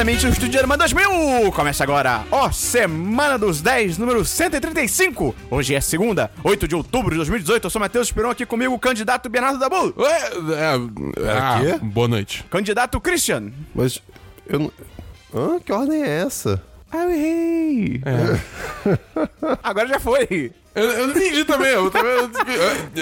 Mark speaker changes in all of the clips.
Speaker 1: ouvintes do Estúdio Arma 2000! Começa agora, ó, Semana dos 10, número 135! Hoje é segunda, 8 de outubro de 2018. Eu sou Matheus Esperon, aqui comigo o candidato Bernardo Dabu,
Speaker 2: Ué, é, é,
Speaker 3: Ah,
Speaker 2: quê?
Speaker 3: boa noite.
Speaker 1: candidato Christian.
Speaker 2: Mas eu não... Hã? Que ordem é essa?
Speaker 1: Ah, eu errei! É. Agora já foi!
Speaker 3: Eu, eu não entendi também. Eu também eu-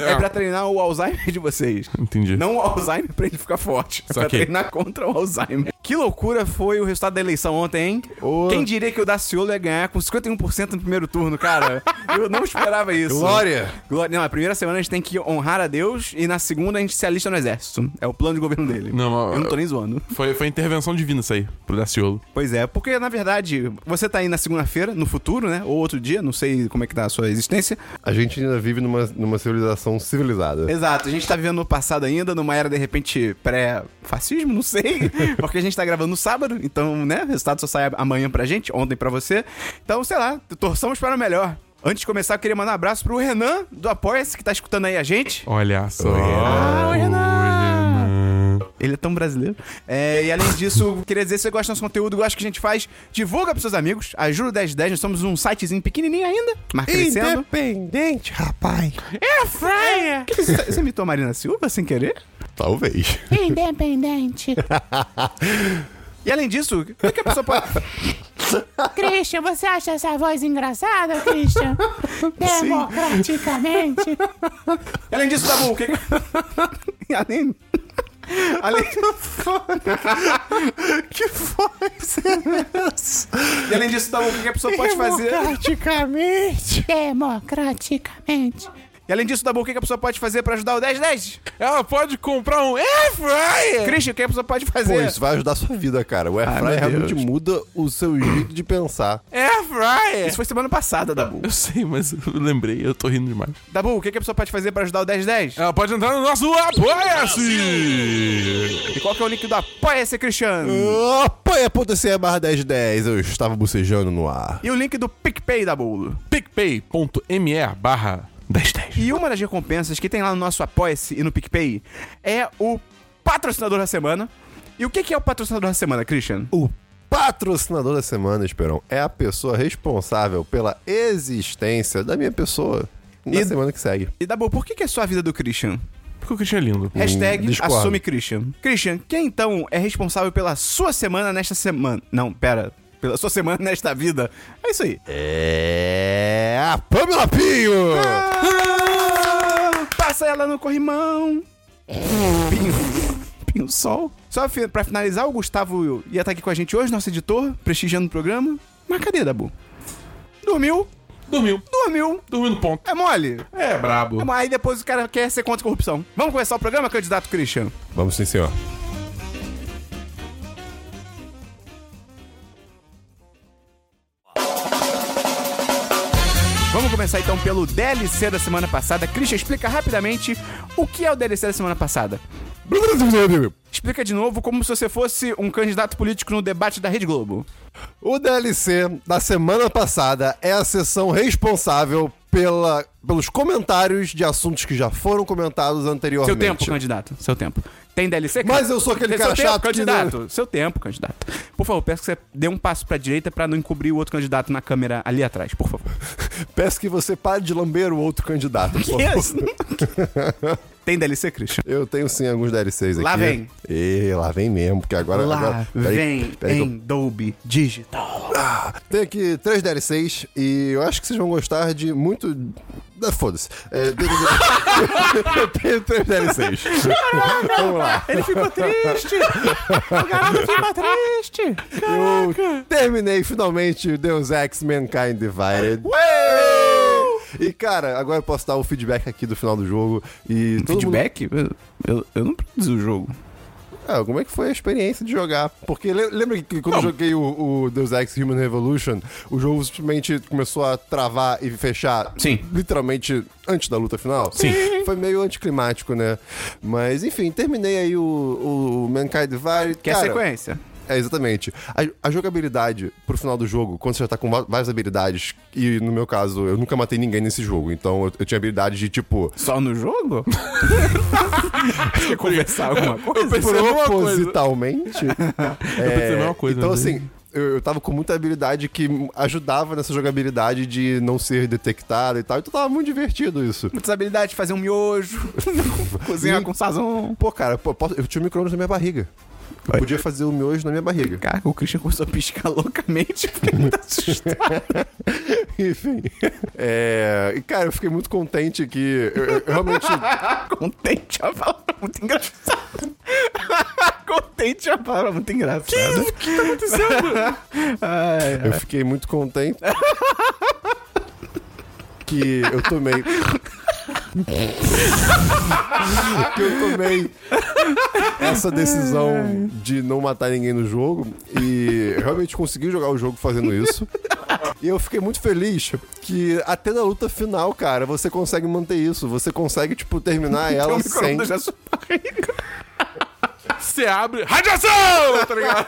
Speaker 3: eu-
Speaker 1: É pra treinar o Alzheimer de vocês.
Speaker 3: Entendi.
Speaker 1: Não o Alzheimer pra ele ficar forte. É pra
Speaker 3: Saquei.
Speaker 1: treinar contra o Alzheimer. Que loucura foi o resultado da eleição ontem, hein? Quem diria que o Daciolo ia ganhar com 51% no primeiro turno, cara? Eu não esperava isso.
Speaker 2: Glória!
Speaker 1: Glória. Não, a primeira semana a gente tem que honrar a Deus e na segunda a gente se alista no exército. É o plano de governo dele.
Speaker 3: Não, mas-
Speaker 1: Eu não tô nem zoando.
Speaker 3: Foi, foi intervenção divina isso aí, pro Daciolo.
Speaker 1: Pois é, porque na verdade, você tá aí na segunda-feira, no futuro, né? Ou outro dia, não sei como é que tá a sua existência.
Speaker 2: A gente ainda vive numa, numa civilização civilizada.
Speaker 1: Exato, a gente tá vivendo no passado ainda, numa era de repente pré-fascismo, não sei, porque a gente tá gravando no sábado, então, né, o resultado só sai amanhã pra gente, ontem pra você. Então, sei lá, torçamos para o melhor. Antes de começar, eu queria mandar um abraço pro Renan do Apoia-se, que tá escutando aí a gente.
Speaker 3: Olha só.
Speaker 1: Ah, o Renan!
Speaker 3: Renan.
Speaker 1: Ele é tão brasileiro. É, e além disso, eu queria dizer, se você gosta do nosso conteúdo, gosta do que a gente faz, divulga pros seus amigos. Ajuda o 1010, nós somos um sitezinho pequenininho ainda, mas crescendo.
Speaker 2: Independente, Ah, rapaz.
Speaker 1: É, Freia! Você você imitou a Marina Silva sem querer?
Speaker 2: Talvez.
Speaker 4: Independente.
Speaker 1: E além disso, o que que a pessoa pode...
Speaker 4: Christian, você acha essa voz engraçada, Christian?
Speaker 1: E
Speaker 4: Democraticamente.
Speaker 1: Além disso, Dabu, o que. E Além. Além.
Speaker 2: Que voz
Speaker 1: E além disso, Dabu, o que que a
Speaker 2: É
Speaker 1: pessoa pode fazer?
Speaker 2: Praticamente.
Speaker 4: Democraticamente.
Speaker 1: E além disso, Dabu, o que que a pessoa pode fazer pra ajudar o 1010?
Speaker 3: Ela pode comprar um air fryer!
Speaker 1: Christian, o que a pessoa pode fazer?
Speaker 2: É. Pô, isso vai ajudar a sua vida, cara. O airfryer
Speaker 1: meu
Speaker 2: realmente
Speaker 1: Deus.
Speaker 2: muda o seu jeito de pensar.
Speaker 3: Air fryer!
Speaker 1: Isso foi semana passada, Dabu.
Speaker 3: Eu sei, mas eu lembrei, eu tô rindo demais.
Speaker 1: Dabu, o que que a pessoa pode fazer pra ajudar o 1010?
Speaker 2: É.
Speaker 3: Ela pode entrar no nosso Apoia-se!
Speaker 1: E qual que é o link do Apoia-se,
Speaker 2: É.
Speaker 1: Cristiano?
Speaker 2: Apoia.se barra 1010. Eu estava bocejando no ar.
Speaker 1: E o link do PicPay, Dabu?
Speaker 3: picpay.me barra 1010.
Speaker 1: E uma das recompensas que tem lá no nosso Apoia-se e no PicPay é o patrocinador da semana. E o que que é o patrocinador da semana, Christian?
Speaker 2: O patrocinador da semana, Esperão, é a pessoa responsável pela existência da minha pessoa na
Speaker 1: E-
Speaker 2: semana que segue.
Speaker 1: E Dabu, por que que é só a vida do Christian?
Speaker 3: Porque o Christian é lindo.
Speaker 1: Hashtag
Speaker 2: discordo.
Speaker 1: assume Christian. Christian, quem então é responsável pela sua semana nesta semana? Não, pera. Pela sua semana nesta vida. É isso aí.
Speaker 2: É a Pamela Pinho!
Speaker 1: Ah, passa ela no corrimão. Pinho. Pinho sol. Só fi- pra finalizar, o Gustavo ia estar aqui com a gente hoje, nosso editor, prestigiando o programa. Mas cadê, Dabu? Dormiu,
Speaker 3: Dormiu.
Speaker 1: dormiu.
Speaker 3: Dormiu no ponto.
Speaker 1: É mole.
Speaker 3: É brabo.
Speaker 1: Mas Aí depois o cara quer ser contra a corrupção. Vamos começar o programa, candidato Christian?
Speaker 2: Vamos sim, senhor.
Speaker 1: Vamos começar então pelo DLC da semana passada. Christian, explica rapidamente o que é o DLC da semana passada. Explica de novo como se você fosse um candidato político no debate da Rede Globo.
Speaker 2: O DLC da semana passada é a sessão responsável pela, pelos comentários de assuntos que já foram comentados
Speaker 1: Seu
Speaker 2: anteriormente.
Speaker 1: tempo, né? candidato. Seu tempo. Tem DLC?
Speaker 2: Mas eu sou aquele cara
Speaker 1: seu tempo,
Speaker 2: chato que
Speaker 1: candidato. Seu tempo, candidato. Por favor, peço que você dê um passo pra direita pra não encobrir o outro candidato na câmera ali atrás, por favor.
Speaker 2: Peço que você pare de lamber o outro candidato. por favor.
Speaker 1: Yes. Tem DLC, Christian?
Speaker 2: Eu tenho sim alguns DLCs aqui.
Speaker 1: Lá vem.
Speaker 2: E lá vem mesmo, porque agora.
Speaker 1: Lá
Speaker 2: agora- peraí,
Speaker 1: vem
Speaker 2: peraí que eu-
Speaker 1: em Dolby Digital.
Speaker 2: Tem aqui três DLCs e eu acho que vocês vão gostar de muito. Ah, Foda-se. É, tem, tem três DLCs. Vamos lá.
Speaker 1: Ele ficou triste. o garoto
Speaker 2: Tá
Speaker 1: ficou triste.
Speaker 2: Eu terminei finalmente Deus Ex Mankind Divided. E cara, agora eu posso dar o feedback aqui do final do jogo e. todo
Speaker 1: Um
Speaker 2: mundo-
Speaker 1: Feedback? Eu- Eu, eu não produzi o jogo.
Speaker 2: Ah, como é que foi a experiência de jogar? Porque le- lembra que quando eu joguei o, o Deus Ex Human Revolution, o jogo simplesmente começou a travar e fechar
Speaker 1: Sim.
Speaker 2: literalmente antes da luta final? Sim. Foi meio anticlimático, né? Mas enfim, terminei aí o, o Mankind Divided.
Speaker 1: Que é a
Speaker 2: Cara,
Speaker 1: sequência.
Speaker 2: É, exatamente. A, a jogabilidade pro final do jogo, quando você já tá com va- várias habilidades, e no meu caso, eu nunca matei ninguém nesse jogo, então eu, eu tinha habilidade de tipo.
Speaker 1: Só no jogo? Quer conversar alguma coisa?
Speaker 3: pensei a mesma coisa.
Speaker 2: Propositalmente.
Speaker 3: Eu pensei a mesma coisa. né?
Speaker 2: Então,
Speaker 3: André.
Speaker 2: assim, eu, eu tava com muita habilidade que ajudava nessa jogabilidade de não ser detectado e tal. Então tava muito divertido isso.
Speaker 1: Muitas habilidades, fazer um miojo, cozinhar
Speaker 2: Ih.
Speaker 1: com sazão.
Speaker 2: Pô, cara, pô, eu posso- eu tinha um micro-ondas na minha barriga. Eu podia fazer o miojo na minha barriga.
Speaker 1: Caraca, o Christian começou a piscar loucamente. porque ele tá assustado.
Speaker 2: Enfim. É, e, cara, eu fiquei muito contente que eu, eu realmente.
Speaker 1: Contente é uma palavra muito engraçada. Contente é uma palavra muito engraçada.
Speaker 3: O que tá acontecendo?
Speaker 1: Ai,
Speaker 2: Eu fiquei muito contente. Que eu tomei. que eu tomei essa decisão de não matar ninguém no jogo. E eu realmente consegui jogar o jogo fazendo isso. E eu fiquei muito feliz que até na luta final, cara, você consegue manter isso. Você consegue, tipo, terminar
Speaker 1: o
Speaker 2: ela sem.
Speaker 1: um micro-ondas já sua barriga.
Speaker 3: Você abre. Radiação! Tá ligado?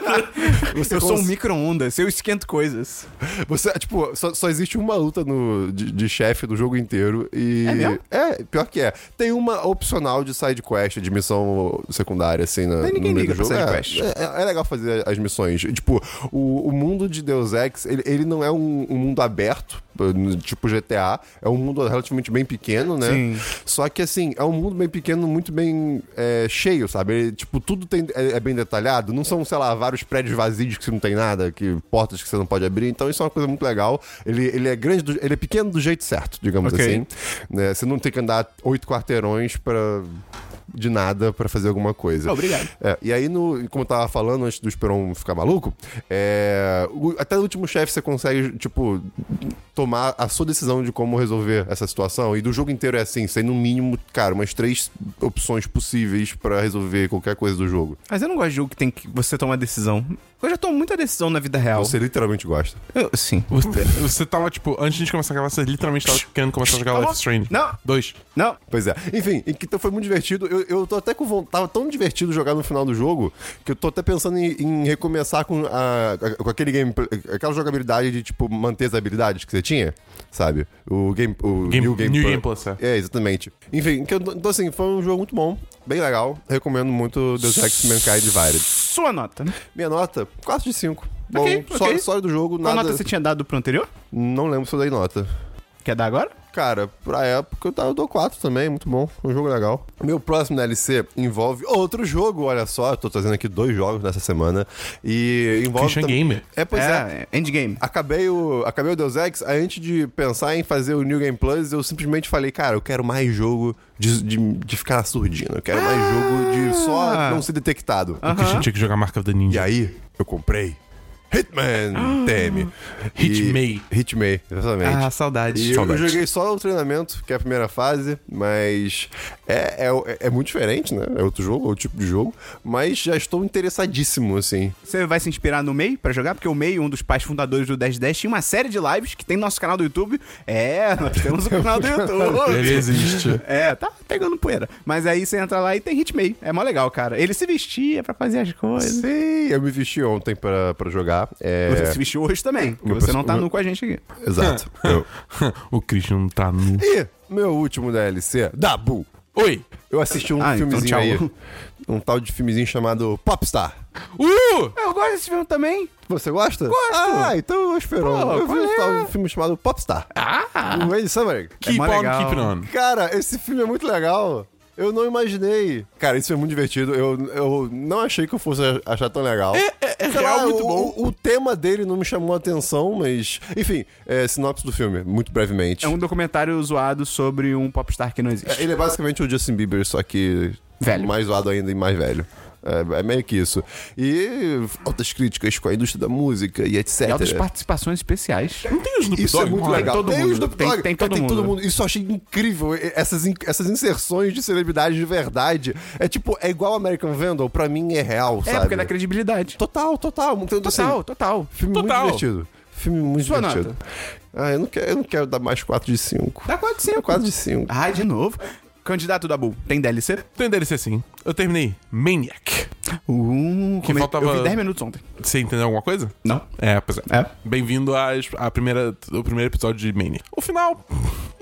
Speaker 2: Você
Speaker 1: Eu sou um
Speaker 2: cons-
Speaker 1: micro-ondas, eu esquento coisas.
Speaker 2: Você, tipo, só, só existe uma luta no, de, de chefe do jogo inteiro e...
Speaker 1: É mesmo?
Speaker 2: É, pior que é. Tem uma opcional de side quest, de missão secundária, assim, na,
Speaker 1: Mas ninguém
Speaker 2: no meio
Speaker 1: liga
Speaker 2: do jogo.
Speaker 1: pra
Speaker 2: é,
Speaker 1: side
Speaker 2: é- é legal fazer as missões. Tipo, o, o mundo de Deus Ex, ele, ele não é um, um mundo aberto, tipo GTA. É um mundo relativamente bem pequeno, né?
Speaker 1: Sim.
Speaker 2: Só que, assim, é um mundo bem pequeno, muito bem é, cheio, sabe? Ele, tipo, tudo tem, é, é bem detalhado. Não são, sei lá, vários prédios vazios que não tem nada, que portas que você não pode abrir. Então, isso é uma coisa muito legal. Ele, ele é grande, do- ele é pequeno do jeito certo, digamos
Speaker 1: Ok.
Speaker 2: assim. né? Você não tem que andar oito quarteirões pra... De nada pra fazer alguma coisa.
Speaker 1: Obrigado.
Speaker 2: É, e aí, no, como eu tava falando antes do Esperon ficar maluco, é, o- até no último chefe você consegue, tipo, tomar a sua decisão de como resolver essa situação. E do jogo inteiro é assim, você tem no mínimo, cara, umas três opções possíveis pra resolver qualquer coisa do jogo.
Speaker 1: Mas eu não gosto de jogo que tem que você tomar decisão. Eu já tomo muita decisão na vida real.
Speaker 2: Você literalmente gosta.
Speaker 1: Eu- sim.
Speaker 3: Você, você tava, tipo, antes de gente começar a gravar, você literalmente tava querendo começar a jogar Life is Strange.
Speaker 1: Não.
Speaker 3: Dois.
Speaker 1: Não,
Speaker 2: Pois é. Enfim, e que- então foi muito divertido. Eu, eu tô até com vontade. Tava tão divertido jogar no final do jogo que eu tô até pensando em, em recomeçar com, a- a- com aquele game. Aquela jogabilidade de, tipo, manter as habilidades que você tinha, sabe? O game. O
Speaker 3: Game-
Speaker 2: New Game,
Speaker 3: New
Speaker 2: Plus.
Speaker 3: Game Plus, é.
Speaker 2: É, exatamente. Enfim, que eu, então assim, foi um jogo muito bom, bem legal. Recomendo muito Deus Ex Mankind Divided.
Speaker 1: sua nota.
Speaker 2: Minha nota, 4 de 5. Bom,
Speaker 1: Ok,
Speaker 2: só,
Speaker 1: ok.
Speaker 2: só do jogo,
Speaker 1: Qual
Speaker 2: nada.
Speaker 1: nota você tinha dado pro anterior?
Speaker 2: Não lembro se eu dei nota.
Speaker 1: Quer dar agora?
Speaker 2: Cara, pra época eu tava- eu dou 4 também, muito bom, um jogo legal. Meu próximo DLC envolve outro jogo, olha só, eu tô trazendo aqui dois jogos nessa semana e envolve
Speaker 3: Christian
Speaker 2: tam-
Speaker 3: Gamer.
Speaker 2: É, pois é.
Speaker 1: Endgame.
Speaker 2: Acabei o, acabei o Deus Ex, aí antes de pensar em fazer o New Game Plus, eu simplesmente falei, cara, eu quero mais jogo de, de, de ficar na surdina, eu quero mais jogo de
Speaker 3: Ah.
Speaker 2: só não ser detectado.
Speaker 3: O Christian tinha que jogar Mark of the
Speaker 2: E
Speaker 3: Ninja.
Speaker 2: aí, eu comprei Hitman TM. E-
Speaker 3: Ah. Hitmei.
Speaker 2: Hitmei, exatamente.
Speaker 1: Ah, saudade.
Speaker 2: E eu, eu
Speaker 1: Saudade.
Speaker 2: joguei só o treinamento, que é a primeira fase, mas é, é, é muito diferente, né? É outro jogo, é outro tipo de jogo, mas já estou interessadíssimo, assim.
Speaker 1: Você vai se inspirar no MEI pra jogar? Porque o MEI, um dos pais fundadores do 1010, tinha uma série de lives que tem no nosso canal do YouTube. É, nós temos o canal do
Speaker 3: Ele
Speaker 1: YouTube.
Speaker 3: existe.
Speaker 1: É, tá pegando poeira. Mas aí você entra lá e tem Hitmei. É mó legal, cara. Ele se vestia pra fazer as coisas.
Speaker 2: Sim, eu me vesti ontem pra, pra jogar. É,
Speaker 1: Você se vestiu hoje também, porque
Speaker 2: Meu
Speaker 1: você não
Speaker 2: perso-
Speaker 1: tá
Speaker 2: meu-
Speaker 1: nu com a gente aqui.
Speaker 2: Exato.
Speaker 1: Ah.
Speaker 2: Eu-
Speaker 3: o Christian não tá nu.
Speaker 2: E meu último DLC, Dabu.
Speaker 3: Oi!
Speaker 2: Eu assisti um
Speaker 1: Ah, então
Speaker 2: filmezinho
Speaker 1: tchau.
Speaker 2: aí. Um tal de filmezinho chamado Popstar. É
Speaker 3: Uh!
Speaker 1: Eu gosto desse filme também.
Speaker 2: Você gosta? Gosto! Ah, então eu espero.
Speaker 1: Pô,
Speaker 2: eu vi
Speaker 1: qual
Speaker 2: um
Speaker 1: é?
Speaker 2: tal filme chamado Popstar. Ah! O Wade Summer.
Speaker 3: Keep
Speaker 1: mó
Speaker 3: on
Speaker 1: legal.
Speaker 3: keeping on.
Speaker 2: Cara, esse filme é muito legal. Eu não imaginei. Cara, isso é muito divertido. Eu, eu não achei que eu fosse achar tão legal. É, é,
Speaker 3: real, muito
Speaker 2: o,
Speaker 3: bom.
Speaker 2: O, o tema dele não me chamou a atenção, mas. Enfim, é, sinopse do filme, muito brevemente.
Speaker 1: É um documentário zoado sobre um popstar que não existe.
Speaker 2: É, Ele é basicamente o Justin Bieber, só que.
Speaker 1: Velho.
Speaker 2: Mais zoado ainda e mais velho. É, é meio que isso. E altas críticas com a indústria da música e etc.
Speaker 1: E outras participações especiais.
Speaker 3: Não tem os Snoop
Speaker 2: Isso é
Speaker 3: Dogg,
Speaker 2: muito
Speaker 3: mano?
Speaker 2: legal.
Speaker 1: todo
Speaker 2: tem
Speaker 1: mundo.
Speaker 2: os Snoop
Speaker 1: Tem-
Speaker 2: Dogg,
Speaker 1: tem
Speaker 2: cara,
Speaker 1: todo mundo.
Speaker 2: Isso eu achei incrível. E- Essas, in- essas inserções de celebridade de verdade. É tipo, é igual American Vandal, pra mim é real,
Speaker 1: É,
Speaker 2: sabe?
Speaker 1: porque dá credibilidade.
Speaker 2: Total, total. Então, assim,
Speaker 1: Total, total.
Speaker 2: Filme
Speaker 3: Total.
Speaker 2: muito divertido. Filme muito
Speaker 1: Sua
Speaker 2: divertido. Ah, eu não, quero, eu não quero dar mais 4 de 5.
Speaker 1: Dá 4 de 5.
Speaker 2: 4 de 5.
Speaker 3: um
Speaker 1: Ah, de novo. Candidato da Bull, tem DLC?
Speaker 3: Tem DLC sim. Eu terminei Maniac.
Speaker 1: Uh, come...
Speaker 3: faltava-
Speaker 1: Eu vi 10 minutos ontem.
Speaker 3: Você entendeu alguma coisa?
Speaker 1: Não?
Speaker 3: É, pois é.
Speaker 1: É.
Speaker 3: Bem-vindo às- à primeira, ao primeiro episódio de Maniac. O final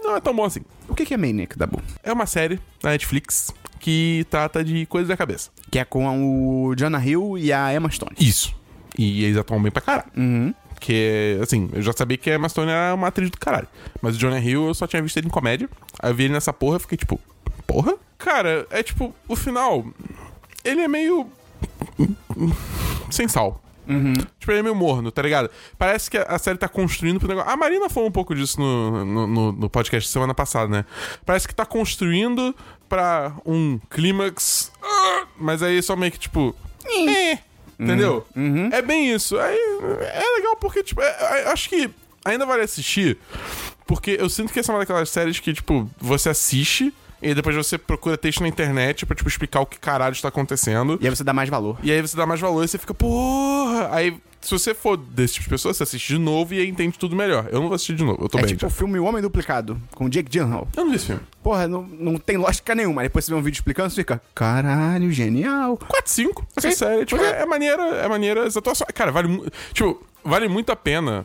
Speaker 3: não é tão bom assim.
Speaker 1: O que que é Maniac, Dabu?
Speaker 3: É uma série na Netflix que trata de coisas da cabeça.
Speaker 1: Que é com o Jonah Hill e a Emma Stone.
Speaker 3: Isso. E é eles atuam bem pra caralho.
Speaker 1: Uhum.
Speaker 3: Porque, assim, eu já sabia que a Emma Stone era uma atriz do caralho. Mas o Jonah Hill eu só tinha visto ele em comédia. Aí eu vi ele nessa porra e fiquei tipo, porra? Cara, é tipo, o final. Ele é meio. sem sal. Tipo, ele é meio morno, tá ligado? Parece que a- a série tá construindo pro negócio. A Marina falou um pouco disso no, no, no- no podcast semana passada, né? Parece que tá construindo pra um clímax. ah, Mas aí só meio que tipo. eh, Entendeu? É bem isso. Aí, é legal porque, tipo, é- é- acho que ainda vale assistir. Porque eu sinto que essa é uma daquelas séries que, tipo, você assiste e depois você procura texto na internet pra, tipo, explicar o que caralho está acontecendo.
Speaker 1: E aí você dá mais valor.
Speaker 3: E aí você dá mais valor e você fica, porra! Aí, se você for desse tipo de pessoa, você assiste de novo e aí entende tudo melhor. Eu não vou assistir de novo, eu tô
Speaker 1: é
Speaker 3: bem.
Speaker 1: tipo o
Speaker 3: já.
Speaker 1: filme O Homem Duplicado, com o Jake Gyllenhaal.
Speaker 3: Eu não vi esse filme.
Speaker 1: Porra, não, não tem lógica nenhuma. Aí Depois você vê um vídeo explicando, você fica, caralho, genial.
Speaker 3: 4, 5, essa
Speaker 1: Sim,
Speaker 3: série. Tipo,
Speaker 1: pois
Speaker 3: é. é maneira, é maneira as atuações. Cara, vale mu- Tipo, vale muito a pena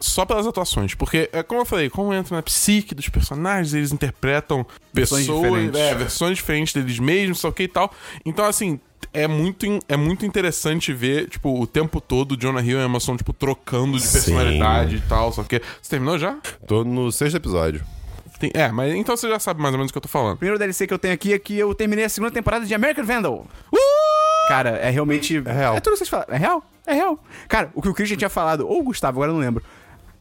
Speaker 3: só pelas atuações. Porque, é como eu falei, como entra na psique dos personagens, eles interpretam
Speaker 1: Versões
Speaker 3: pessoas,
Speaker 1: diferentes.
Speaker 3: é, versões diferentes deles mesmos, sei o que e tal. Então, assim. É muito, in- é muito interessante ver, tipo, o tempo todo o Jonah Hill e a Emma Stone, tipo, trocando de personalidade e tal, só que... Você terminou já?
Speaker 2: Tô no sexto episódio.
Speaker 3: Tem- é, mas então você já sabe mais ou menos o que eu tô falando.
Speaker 1: primeiro DLC que eu tenho aqui é que eu terminei a segunda temporada de American Vandal.
Speaker 2: Uh!
Speaker 1: Cara, é realmente. É
Speaker 2: real.
Speaker 1: É tudo que vocês falaram. É real? É real. Cara, o que o Christian tinha falado, ou o Gustavo, agora eu não lembro.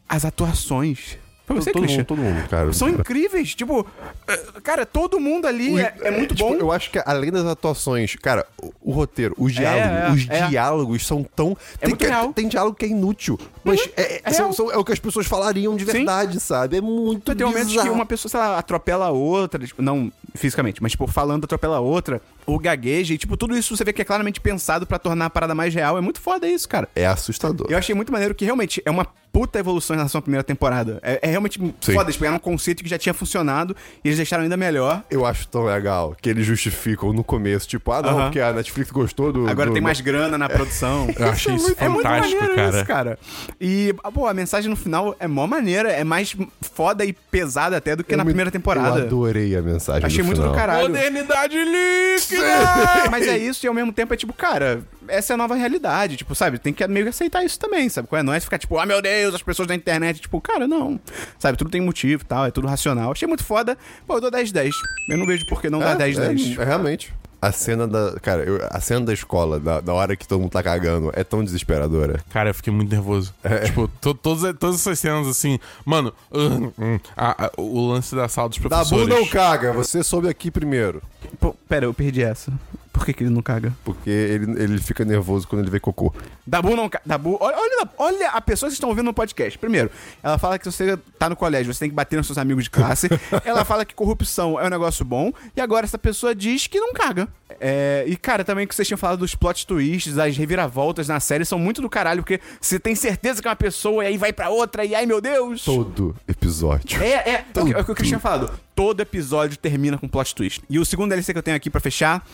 Speaker 1: As atuações. Foi você,
Speaker 2: todo
Speaker 1: Christian?
Speaker 2: mundo, todo mundo, cara.
Speaker 1: São incríveis. Tipo, é, cara, todo mundo ali é, é muito
Speaker 2: Tipo,
Speaker 1: bom.
Speaker 2: Eu acho que além das atuações, cara, o, o roteiro, os
Speaker 1: é,
Speaker 2: diálogos,
Speaker 1: é.
Speaker 2: os diálogos são tão. tem,
Speaker 1: muito
Speaker 2: que-
Speaker 1: real.
Speaker 2: tem diálogo que é inútil. Mas é, é-
Speaker 1: é
Speaker 2: são-
Speaker 1: real.
Speaker 2: são- é o que as pessoas falariam de verdade, sabe? É muito
Speaker 1: Tem momentos que
Speaker 2: bizarro.
Speaker 1: uma pessoa, sei lá, atropela a outra, tipo, não fisicamente, mas, tipo, falando atropela a outra, ou gagueja, e, tipo, tudo isso você vê que é claramente pensado pra tornar a parada mais real. É muito foda isso, cara.
Speaker 2: É assustador.
Speaker 1: Eu achei muito maneiro que realmente é uma puta evolução em relação à primeira temporada. É, é realmente
Speaker 2: Sim.
Speaker 1: foda, eles pegaram um conceito que já tinha funcionado e eles deixaram ainda melhor.
Speaker 2: Eu acho tão legal que eles justificam no começo, tipo, ah, não,
Speaker 1: Aham.
Speaker 2: porque a Netflix gostou do.
Speaker 1: Agora
Speaker 2: do-
Speaker 1: tem mais grana na produção.
Speaker 3: Eu achei isso
Speaker 1: É muito
Speaker 3: fantástico,
Speaker 1: maneiro
Speaker 3: cara.
Speaker 1: isso, cara. E, ah, pô, a mensagem no final é mó maneira, é mais foda e pesada até do que
Speaker 2: Eu
Speaker 1: na
Speaker 2: me-
Speaker 1: primeira temporada.
Speaker 2: Eu adorei a mensagem.
Speaker 1: Achei
Speaker 2: do
Speaker 1: muito
Speaker 2: final.
Speaker 1: do caralho.
Speaker 3: Modernidade líquida!
Speaker 1: Mas é isso, e ao mesmo tempo é tipo, cara, essa é a nova realidade, tipo, sabe? Tem que meio que aceitar isso também, sabe? Qual é? Não é ficar tipo, ah, meu Deus, as pessoas da internet, tipo, cara, não. Sabe, tudo tem motivo e tal, é tudo racional. Achei muito foda. Pô, eu dou 10-10. Eu não vejo por que não dar 10-10.
Speaker 2: É, é, realmente. A cena da. Cara, eu- a cena da escola, da, da hora que todo mundo tá cagando, é tão desesperadora.
Speaker 3: Cara, eu fiquei muito nervoso.
Speaker 1: É.
Speaker 3: Tipo, to- todas, todas essas cenas assim. Mano, hum, hum, a- a- o lance da sala dos
Speaker 2: Dabu
Speaker 3: professores.
Speaker 2: não caga, você soube aqui primeiro.
Speaker 1: é, Pô, pera, eu perdi essa. Por que, que ele não caga?
Speaker 2: Porque ele, ele fica nervoso quando ele vê cocô.
Speaker 1: Dabu não caga. Dabu, olha, olha, olha a pessoa que vocês estão ouvindo no podcast. Primeiro, ela fala que se você tá no colégio, você tem que bater nos seus amigos de classe. ela fala que corrupção é um negócio bom. E agora essa pessoa diz que não caga. É, e, cara, também o que vocês tinham falado dos plot twists, das reviravoltas na série, são muito do caralho, porque você tem certeza que é uma pessoa e aí vai pra outra, e ai meu Deus.
Speaker 2: Todo episódio.
Speaker 1: É, é. É o que- é o que o Christian falado. Todo episódio termina com plot twist. E o segundo DLC que eu tenho aqui pra fechar,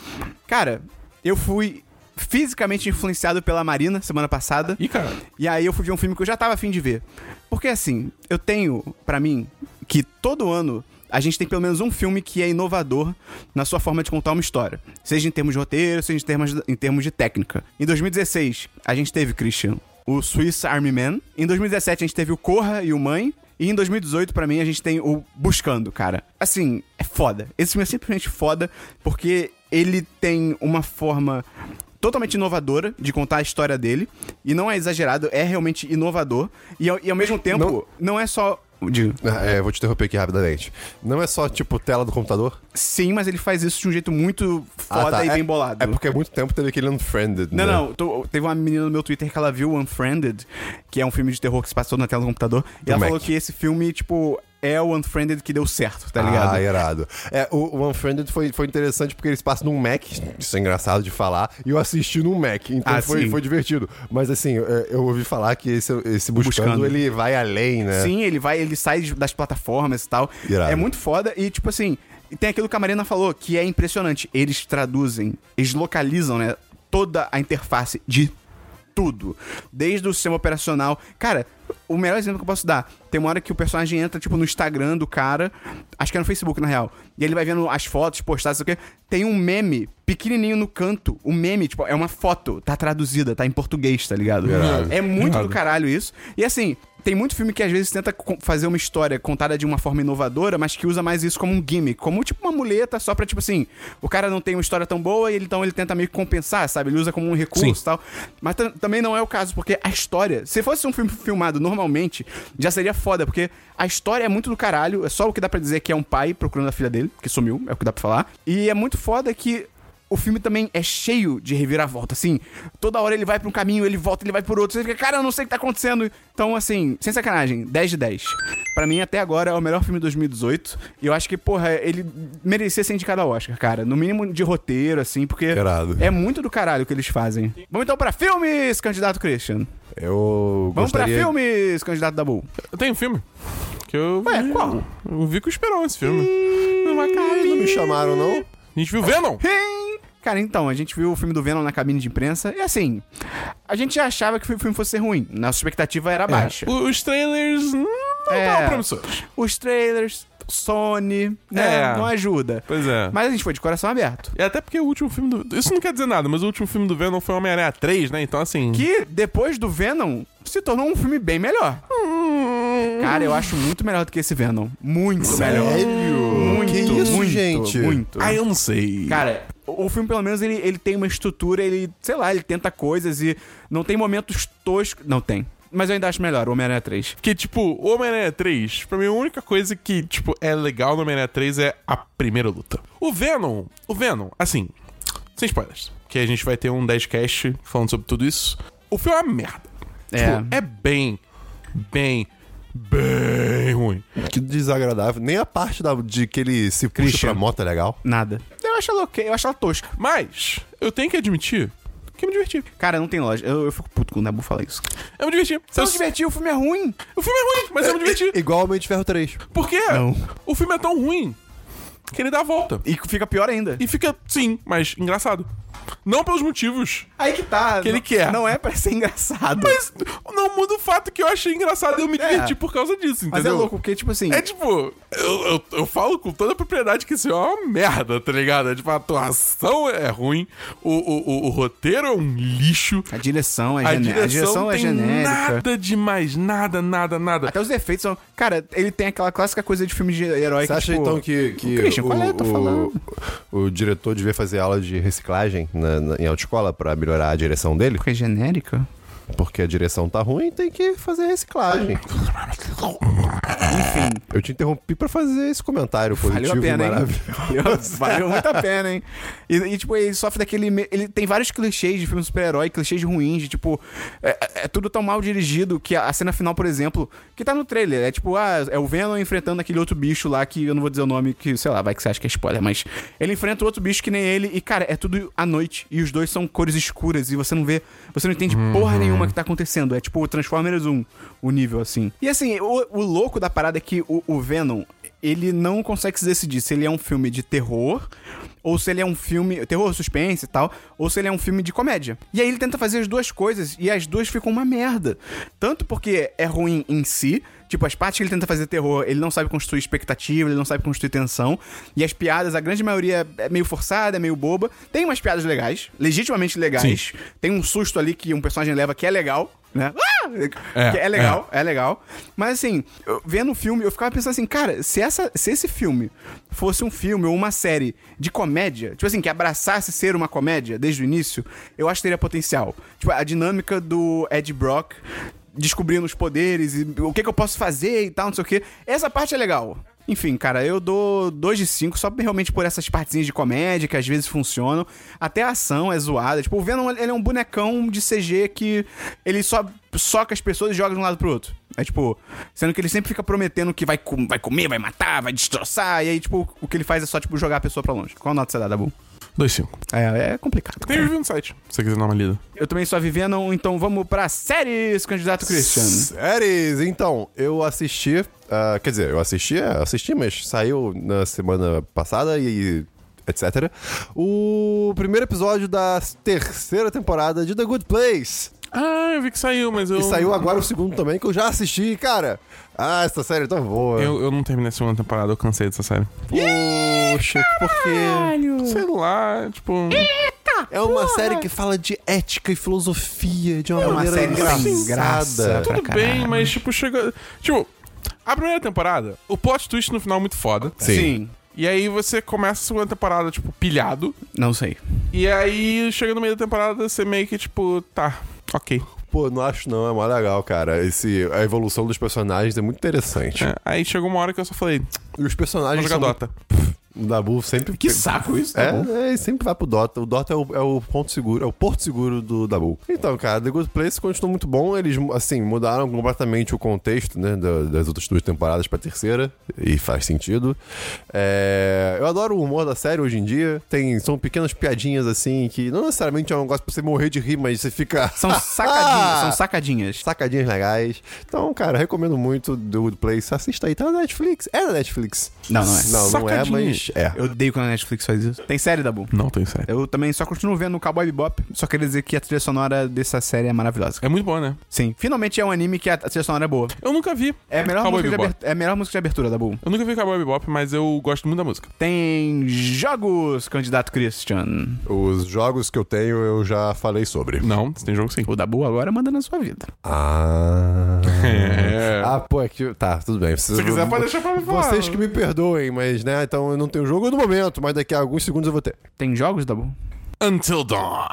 Speaker 1: cara, eu fui fisicamente influenciado pela Marina semana passada.
Speaker 3: Ih, cara.
Speaker 1: E aí eu fui ver um filme que eu já tava afim de ver. Porque assim, eu tenho pra mim que todo ano a gente tem pelo menos um filme que é inovador na sua forma de contar uma história. Seja em termos de roteiro, seja em termos, em termos de técnica. Em 2016, a gente teve, Christian, o Swiss Army Man. Em 2017, a gente teve o Corra e o Mãe. E em 2018, pra mim, a gente tem o Buscando, cara. Assim, é foda. Esse filme é simplesmente foda porque ele tem uma forma totalmente inovadora de contar a história dele. E não é exagerado, é realmente inovador. E ao, e ao mesmo tempo, não, é só. Digo,
Speaker 2: Ah, É, vou te interromper aqui rapidamente. Não é só, tipo, tela do computador?
Speaker 1: sim, mas ele faz isso de um jeito muito foda
Speaker 2: Ah, tá.
Speaker 1: e
Speaker 2: É-
Speaker 1: bem bolado.
Speaker 2: É porque há muito tempo teve aquele Unfriended,
Speaker 1: Não,
Speaker 2: né?
Speaker 1: não, tô- teve uma menina no meu Twitter que ela viu Unfriended, que é um filme de terror que se passou na tela do computador, e ela
Speaker 2: Mac.
Speaker 1: falou que esse filme, tipo, é o Unfriended que deu certo, tá ligado?
Speaker 2: Ah, irado. É, o, o Unfriended foi, foi interessante porque eles passam num Mac, isso é engraçado de falar, e eu assisti num Mac, então
Speaker 1: Ah,
Speaker 2: foi,
Speaker 1: sim.
Speaker 2: foi divertido. Mas assim, é, eu ouvi falar que esse, esse buscando,
Speaker 1: Buscando.
Speaker 2: ele vai além, né?
Speaker 1: Sim, ele vai, ele sai de- das plataformas e tal.
Speaker 2: Irado.
Speaker 1: É muito foda e, tipo assim, e tem aquilo que a Marina falou, que é impressionante. Eles traduzem, eles localizam, né? toda a interface de tudo. Desde o sistema operacional. Cara, o melhor exemplo que eu posso dar. Tem uma hora que o personagem entra, tipo, no Instagram do cara. Acho que é no Facebook, na real. E ele vai vendo as fotos postadas, não sei o quê. Tem um meme pequenininho no canto. O meme, tipo, é uma foto. Tá traduzida, tá em português, tá ligado? É muito do caralho isso. E assim, tem muito filme que às vezes tenta co- fazer uma história contada de uma forma inovadora, mas que usa mais isso como um gimmick, como tipo uma muleta só pra, tipo assim, o cara não tem uma história tão boa e ele, então ele tenta meio que compensar, sabe? Ele usa como um recurso e
Speaker 3: Sim.
Speaker 1: tal. Mas tam- também não é o caso, porque a história, se fosse um filme filmado normalmente, já seria foda, porque a história é muito do caralho, é só o que dá pra dizer que é um pai procurando a filha dele, que sumiu, é o que dá pra falar. E é muito foda que o filme também é cheio de reviravolta, assim. Toda hora ele vai pra um caminho, ele volta, ele vai por outro. Você fica, cara, eu não sei o que tá acontecendo. Então, assim, sem sacanagem, 10 de 10. Pra mim, até agora, é o melhor filme de 2018. E eu acho que, porra, ele merecia ser indicado ao Oscar, cara. No mínimo de roteiro, assim, porque
Speaker 2: Irado.
Speaker 1: é muito do caralho o que eles fazem. Vamos então pra filmes, candidato Christian.
Speaker 2: Eu
Speaker 1: Vamos
Speaker 2: gostaria...
Speaker 1: pra filmes, candidato Dabu.
Speaker 3: Eu tenho um filme. Que eu.
Speaker 1: Ué, qual?
Speaker 3: Eu vi que eu esperava esse filme. Numa cabine.
Speaker 2: Não me chamaram, não?
Speaker 3: A gente viu Venom?
Speaker 1: Pim! Cara, então, a gente viu o filme do Venom na cabine de imprensa. E assim, a gente já achava que o filme fosse ser ruim. Nossa expectativa
Speaker 2: É.
Speaker 1: era baixa.
Speaker 3: O- Os trailers hum, não
Speaker 1: É.
Speaker 3: estavam promissores.
Speaker 1: os trailers, Sony, né?
Speaker 3: É.
Speaker 1: Não ajuda.
Speaker 3: Pois é.
Speaker 1: Mas a gente foi de coração aberto.
Speaker 3: E até porque o último filme do. Isso não quer dizer nada, mas o último filme do Venom foi Homem-Aranha 3, né? Então assim.
Speaker 1: Que depois do Venom se tornou um filme bem melhor. Cara, eu acho muito melhor do que esse Venom. Muito melhor.
Speaker 2: Muito,
Speaker 1: Muito,
Speaker 2: que isso,
Speaker 1: muito,
Speaker 2: gente?
Speaker 1: Muito.
Speaker 3: Ah, eu não sei.
Speaker 1: Cara, o o filme, pelo menos, ele, ele tem uma estrutura, ele, sei lá, ele tenta coisas e não tem momentos toscos. Não tem. Mas eu ainda acho melhor o Homem-Aranha 3.
Speaker 3: Porque, tipo, o Homem-Aranha 3, pra mim, a única coisa que, tipo, é legal no Homem-Aranha 3 é a primeira luta. O Venom, o Venom, assim, sem spoilers, que a gente vai ter um 10cast falando sobre tudo isso. O filme é uma merda.
Speaker 1: É.
Speaker 3: Tipo, é bem, bem, bem ruim.
Speaker 2: Que desagradável. Nem a parte da, de que ele se puxa
Speaker 1: Christian.
Speaker 2: pra moto é legal.
Speaker 1: Nada. Eu acho ela ok, eu acho ela tosca.
Speaker 3: Mas, eu tenho que admitir que eu me diverti.
Speaker 1: Cara, não tem lógica. Eu, eu fico puto quando o Nabu fala isso.
Speaker 3: Eu me diverti.
Speaker 1: Se eu
Speaker 3: Eu-
Speaker 1: não divertir, o filme é ruim.
Speaker 3: O filme é ruim, mas eu me diverti.
Speaker 2: Igual o Homem de Ferro 3.
Speaker 1: É
Speaker 3: Por quê?
Speaker 1: Não.
Speaker 3: O filme é tão ruim que ele dá a volta.
Speaker 1: E fica pior ainda.
Speaker 3: E fica, sim, mas engraçado. Não pelos motivos
Speaker 1: Aí que tá.
Speaker 3: Que ele
Speaker 1: Não-
Speaker 3: quer.
Speaker 1: Não é pra ser engraçado.
Speaker 3: Mas não muda o fato que eu achei engraçado e eu me
Speaker 1: É.
Speaker 3: diverti por causa disso, entendeu?
Speaker 1: Mas é louco, porque, tipo assim.
Speaker 3: É tipo, eu, eu, eu falo com toda a propriedade que esse filme é uma merda, tá ligado? É tipo, a atuação é ruim, o, o, o, o roteiro é um lixo,
Speaker 1: A direção é,
Speaker 3: a
Speaker 1: gene-
Speaker 3: direção,
Speaker 1: a direção é
Speaker 3: tem
Speaker 1: genérica.
Speaker 3: nada demais, nada, nada, nada.
Speaker 1: Até os defeitos são. Cara, ele tem aquela clássica coisa de filme de herói
Speaker 2: Você acha
Speaker 1: tipo,
Speaker 2: então que, que
Speaker 1: Christian, qual é? Eu tô falando.
Speaker 2: o, o diretor devia fazer aula de reciclagem na, na, em autoescola pra melhorar a direção dele?
Speaker 1: Porque é genérica?
Speaker 2: Porque a direção tá ruim, tem que fazer reciclagem.
Speaker 1: Enfim,
Speaker 2: Eu te interrompi pra fazer esse comentário positivo
Speaker 1: valeu a pena, hein?
Speaker 2: maravilhoso.
Speaker 1: valeu muito a pena, hein? E, e, tipo, ele sofre daquele. me- Ele tem vários clichês de filme de super-herói, clichês ruins, de tipo. É, é tudo tão mal dirigido que a, a cena final, por exemplo, que tá no trailer, é tipo, ah, é o Venom enfrentando aquele outro bicho lá que eu não vou dizer o nome, que sei lá, vai que você acha que é spoiler, mas. Ele enfrenta outro bicho que nem ele, e cara, é tudo à noite, e os dois são cores escuras, e você não vê. Você não entende porra nenhuma que tá acontecendo. É tipo o Transformers 1, o nível assim. E assim, o, o louco da parada é que o- o Venom ele não consegue se decidir se ele é um filme de terror ou se ele é um filme terror suspense e tal, ou se ele é um filme de comédia. E aí ele tenta fazer as duas coisas e as duas ficam uma merda. Tanto porque é ruim em si, tipo as partes que ele tenta fazer terror, ele não sabe construir expectativa, ele não sabe construir tensão, e as piadas, a grande maioria é meio forçada, é meio boba. Tem umas piadas legais, legitimamente legais. Tem um susto ali que um personagem leva que é legal, né? Ah!
Speaker 3: É,
Speaker 1: que é legal, é legal. Mas assim, eu- vendo o filme, eu ficava pensando assim, cara, se, essa, se esse filme fosse um filme ou uma série de comédia, tipo assim, que abraçasse ser uma comédia desde o início, eu acho que teria potencial. Tipo, a dinâmica do Ed Brock descobrindo os poderes e o que, que eu posso fazer e tal, não sei o quê. Essa parte é legal. Enfim, cara, eu dou 2 de 5 só realmente por essas partezinhas de comédia que às vezes funcionam. Até a ação é zoada. Tipo, o Venom ele é um bonecão de CG que ele só soca as pessoas e joga de um lado pro outro. É tipo, sendo que ele sempre fica prometendo que vai, com- vai comer, vai matar, vai destroçar. E aí, tipo, o que ele faz é só, tipo, jogar a pessoa pra longe. Qual nota você dá, Dabu?
Speaker 3: 2,5.
Speaker 1: É, é complicado.
Speaker 3: Tem review no site, se você quiser dar uma lida.
Speaker 1: Eu também sou a Venom, então vamos pra séries, candidato Christian.
Speaker 2: Séries, então, eu assisti. ah, quer dizer, eu assisti, é, assisti, mas saiu na semana passada e. etc. O primeiro episódio da terceira temporada de The Good Place.
Speaker 3: Ah, eu vi que saiu, mas eu.
Speaker 2: E saiu agora o segundo também, que eu já assisti, cara. Ah, essa série é tão boa.
Speaker 3: Eu, eu não terminei a segunda temporada, eu cansei dessa série.
Speaker 2: Poxa, porque.
Speaker 1: Hum.
Speaker 4: Caralho.
Speaker 3: Sei lá, tipo.
Speaker 2: É uma série que fala de ética e filosofia de uma,
Speaker 1: É uma
Speaker 2: maneira
Speaker 1: série sem graça.
Speaker 2: engraçada.
Speaker 1: pra
Speaker 3: Tudo bem,
Speaker 1: caralho.
Speaker 3: mas tipo, chega. Tipo, a primeira temporada, o plot twist no final é muito foda.
Speaker 1: Sim.
Speaker 3: E aí você começa a segunda temporada, tipo, pilhado.
Speaker 1: Não sei.
Speaker 3: E aí chega no meio da temporada, você meio que, tipo, tá, ok.
Speaker 2: Pô, não acho não, é mó legal, cara. Esse, a evolução dos personagens é muito interessante.
Speaker 3: É, aí chegou uma hora que eu só falei,
Speaker 2: E os
Speaker 3: vou
Speaker 2: personagens.
Speaker 3: jogar
Speaker 2: são
Speaker 3: Dota.
Speaker 2: muito- O Dabu sempre.
Speaker 1: Que saco isso, tá bom?
Speaker 2: É, é, ele sempre vai pro Dota. O Dota é o, é o ponto seguro, é o porto seguro do Dabu. Então, cara, The Good Place continua muito bom. Eles, assim, mudaram completamente o contexto, né, da- das outras duas temporadas pra terceira. E faz sentido. É, eu adoro o humor da série hoje em dia. Tem, são pequenas piadinhas, assim, que não necessariamente é um negócio pra você morrer de rir, mas você fica...
Speaker 1: São sacadinhas, são sacadinhas.
Speaker 2: Sacadinhas legais. Então, cara, recomendo muito The Good Place. Assista aí. Tá na Netflix. É na Netflix.
Speaker 1: Não, não é.
Speaker 2: Não, não é, mas
Speaker 3: Sacadinhas.
Speaker 2: é.
Speaker 1: Eu odeio quando a Netflix faz isso. Tem série, Dabu?
Speaker 3: Não tem sério.
Speaker 1: Eu também só continuo vendo o Cowboy Bebop. Só queria dizer que a trilha sonora dessa série é maravilhosa.
Speaker 3: É muito bom, né?
Speaker 1: Sim. Finalmente é um anime que a a trilha sonora é boa.
Speaker 3: Eu nunca vi.
Speaker 1: É a melhor, música
Speaker 3: Cowboy
Speaker 1: de,
Speaker 3: Bebop.
Speaker 1: abertura, é a melhor música de abertura, Dabu.
Speaker 3: Eu nunca vi Cowboy Bebop, mas eu gosto muito da música.
Speaker 1: Tem jogos, candidato Christian.
Speaker 2: Os jogos que eu tenho, eu já falei sobre.
Speaker 3: Não, tem jogo sim.
Speaker 1: O Dabu agora manda na sua vida.
Speaker 2: Ah.
Speaker 3: É.
Speaker 2: Ah, pô, é que. Tá, tudo bem. Você,
Speaker 3: Se quiser, pode deixar pra mim falar.
Speaker 2: Vocês que me perdoem, mas, né, então eu não tenho jogo no momento, mas daqui a alguns segundos eu vou ter.
Speaker 1: Tem jogos, Dabu?
Speaker 3: Until Dawn.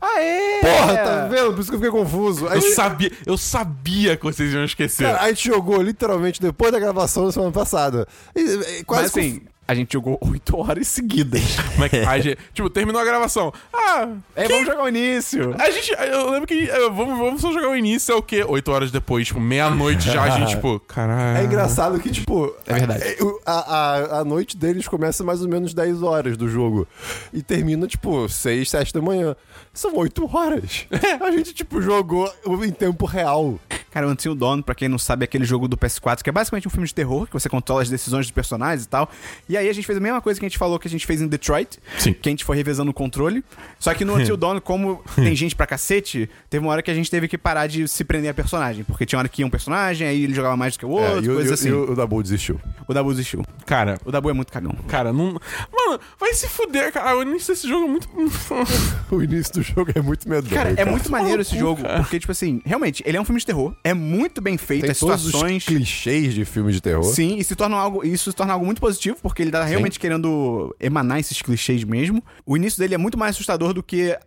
Speaker 1: Aê!
Speaker 2: Porra, tá vendo? Por isso que eu fiquei confuso. A
Speaker 3: É. Eu
Speaker 2: gente,
Speaker 3: sabia, eu sabia que vocês iam esquecer.
Speaker 2: cara, a gente jogou literalmente depois da gravação da semana passada. E- e quase
Speaker 1: Mas assim, a gente jogou 8 horas seguidas.
Speaker 3: Como é que faz? tipo, terminou a gravação. Ah,
Speaker 1: é, vamos jogar o início.
Speaker 3: a gente. Eu lembro que. eh, vamos, vamos só jogar o início, é o quê? Oito horas depois, tipo, meia-noite já, a gente, tipo, caralho.
Speaker 2: É engraçado que, tipo.
Speaker 1: Uhum. É verdade.
Speaker 2: é, o- A, a, a noite deles começa mais ou menos 10 horas do jogo. E termina, tipo, 6, 7 da manhã. São 8 horas. A gente, tipo, jogou em tempo real.
Speaker 1: Cara, o Until Dawn, pra quem não sabe, é aquele jogo do PS4, que é basicamente um filme de terror, que você controla as decisões dos personagens e tal. E aí a gente fez a mesma coisa que a gente falou que a gente fez em Detroit,
Speaker 3: Sim.
Speaker 1: que a gente foi revezando o controle. Só que no Until Dawn, como tem gente pra cacete, teve uma hora que a gente teve que parar de se prender a personagem, porque tinha hora que ia um personagem, aí ele jogava mais do que o outro,
Speaker 2: É, e o-
Speaker 1: coisa
Speaker 2: e o-
Speaker 1: assim.
Speaker 2: e o Dabu desistiu.
Speaker 1: O Dabu desistiu.
Speaker 3: Cara,
Speaker 1: O Dabu é muito cagão.
Speaker 3: cara, não. Mano, vai se fuder, cara. O início desse jogo é muito.
Speaker 2: O início do jogo é muito medonho.
Speaker 1: Cara, é muito maneiro
Speaker 3: no
Speaker 1: esse
Speaker 3: cu,
Speaker 1: jogo,
Speaker 3: cara.
Speaker 1: porque, tipo assim, realmente, ele é um filme de terror, é muito bem feito,
Speaker 2: Tem
Speaker 1: as
Speaker 2: todos
Speaker 1: situações.
Speaker 2: os clichês de filme de terror.
Speaker 1: Sim, e se torna algo, isso se torna algo muito positivo, porque ele tá realmente querendo emanar esses clichês mesmo. O início dele é muito mais assustador do que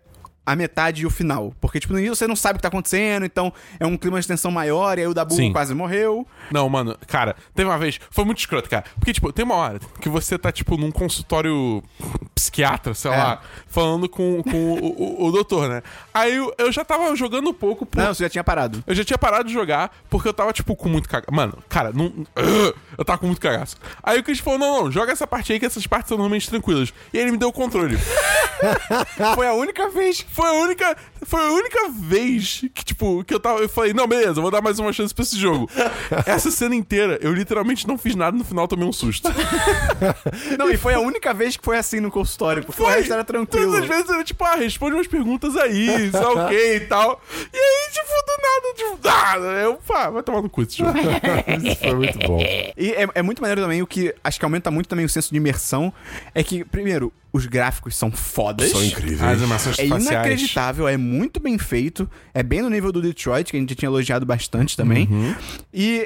Speaker 1: a metade e o final. Porque, tipo, no início você não sabe o que tá acontecendo, então é um clima de tensão maior, e aí o Dabu
Speaker 3: Sim.
Speaker 1: quase morreu.
Speaker 3: Não, mano, cara, teve uma vez, foi muito escroto, cara. Porque, tipo, tem uma hora que você tá, tipo, num consultório psiquiatra,
Speaker 2: É.
Speaker 3: sei lá, falando com, com o, o- o doutor, né? Aí eu, eu já tava jogando um pouco por.
Speaker 1: Não, você já tinha parado.
Speaker 3: Eu já tinha parado de jogar porque eu tava, tipo, com muito cagaço. Mano, cara, não. Eu tava com muito cagaço. Aí o Chris falou: não, não, joga essa parte aí que essas partes são normalmente tranquilas. E ele me deu o controle.
Speaker 1: Foi a única vez.
Speaker 3: Foi a única. Foi a única vez que, tipo, que eu tava. Eu falei, não, beleza, eu vou dar mais uma chance pra esse jogo. Essa cena inteira, eu literalmente não fiz nada no final, tomei um susto.
Speaker 1: Não, e foi a única vez que foi assim no consultório, porque o resto era tranquilo.
Speaker 3: Todas as vezes era tipo, ah, responde umas perguntas aí, isso é ok e tal. E aí, tipo, do nada, tipo, ah, eu, pá, vai tomar no cu esse jogo.
Speaker 2: Isso foi muito bom.
Speaker 1: E é, é muito maneiro também, o que acho que aumenta muito também o senso de imersão, é que, primeiro, os gráficos são fodas.
Speaker 2: São incríveis.
Speaker 3: As animações
Speaker 1: É
Speaker 3: faciais.
Speaker 1: inacreditável, é muito bem feito. É bem no nível do Detroit, que a gente tinha elogiado bastante também.
Speaker 2: Uhum.
Speaker 1: E.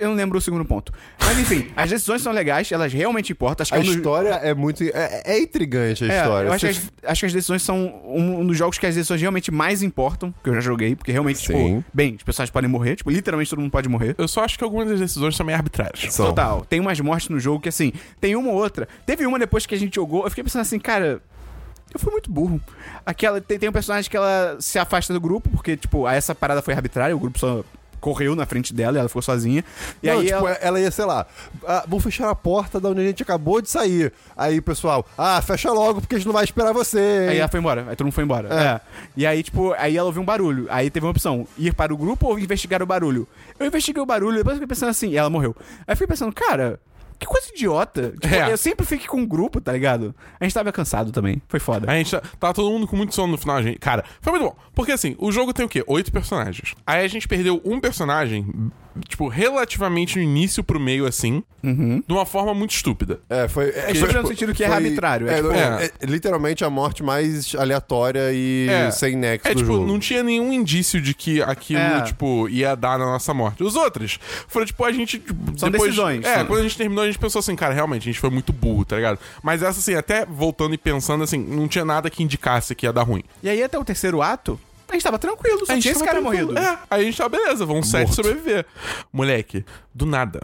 Speaker 1: Eu não lembro o segundo ponto. Mas enfim, as decisões são legais, elas realmente importam. Acho que
Speaker 2: A
Speaker 1: é um dos-
Speaker 2: história é muito. É, é intrigante a
Speaker 1: é,
Speaker 2: história.
Speaker 1: eu acho que,
Speaker 2: Você-
Speaker 1: as, acho que as decisões são um, um dos jogos que as decisões realmente mais importam, que eu já joguei, porque realmente,
Speaker 2: Sim.
Speaker 1: tipo, bem, os pessoas podem morrer, tipo, literalmente todo mundo pode morrer.
Speaker 3: Eu só acho que algumas das decisões são meio arbitrárias.
Speaker 2: São.
Speaker 1: Total. Tem umas mortes no jogo que, assim, tem uma ou outra. Teve uma depois que a gente jogou, eu fiquei pensando assim, cara. Eu fui muito burro. Aquela, tem, tem um personagem que ela se afasta do grupo, porque, tipo, ah, essa parada foi arbitrária, o grupo só correu na frente dela e ela ficou sozinha. E
Speaker 2: Não,
Speaker 1: aí
Speaker 2: tipo,
Speaker 1: ela-
Speaker 2: ela... ia, sei lá, ah, vou fechar a porta da onde a gente acabou de sair. Aí, pessoal, ah, fecha logo porque a gente não vai esperar você.
Speaker 1: Aí ela foi embora, aí todo mundo foi embora. É. E aí, tipo, aí ela ouviu um barulho. Aí teve uma opção: ir para o grupo ou investigar o barulho. Eu investiguei o barulho, depois eu fiquei pensando assim, e ela morreu. Aí eu fiquei pensando, cara, Que coisa idiota. Tipo,
Speaker 3: É.
Speaker 1: Eu sempre fico com um grupo, tá ligado? A gente tava cansado também. Foi foda.
Speaker 3: A gente tá, tava todo mundo com muito sono no final, gente. Cara, foi muito bom. Porque assim, o jogo tem o quê? Oito personagens. Aí a gente perdeu um personagem, tipo, relativamente no início pro meio, assim,
Speaker 1: Uhum.
Speaker 3: de uma forma muito estúpida.
Speaker 2: É, foi. É,
Speaker 1: estúpido no sentido que é arbitrário, é tipo-
Speaker 2: é, é, literalmente a morte mais aleatória e
Speaker 3: É.
Speaker 2: sem nexo
Speaker 3: É,
Speaker 2: do
Speaker 3: tipo,
Speaker 2: jogo.
Speaker 3: não tinha nenhum indício de que aquilo,
Speaker 1: É.
Speaker 3: tipo, ia dar na nossa morte. Os outros foram, tipo, a gente. tipo,
Speaker 1: São decisões. né?
Speaker 3: É,
Speaker 1: São-
Speaker 3: quando a gente terminou, a gente pensou assim, cara, realmente, a gente foi muito burro, tá ligado? Mas essa, assim, até voltando e pensando, assim, não tinha nada que indicasse que ia dar ruim.
Speaker 1: E aí, até o terceiro ato, a gente tava tranquilo. Só
Speaker 3: A gente
Speaker 1: tinha esse
Speaker 3: tava
Speaker 1: cara
Speaker 3: tranquilo.
Speaker 1: morrido.
Speaker 3: É, aí a gente tava, beleza, vão sete sobreviver. Moleque, do nada.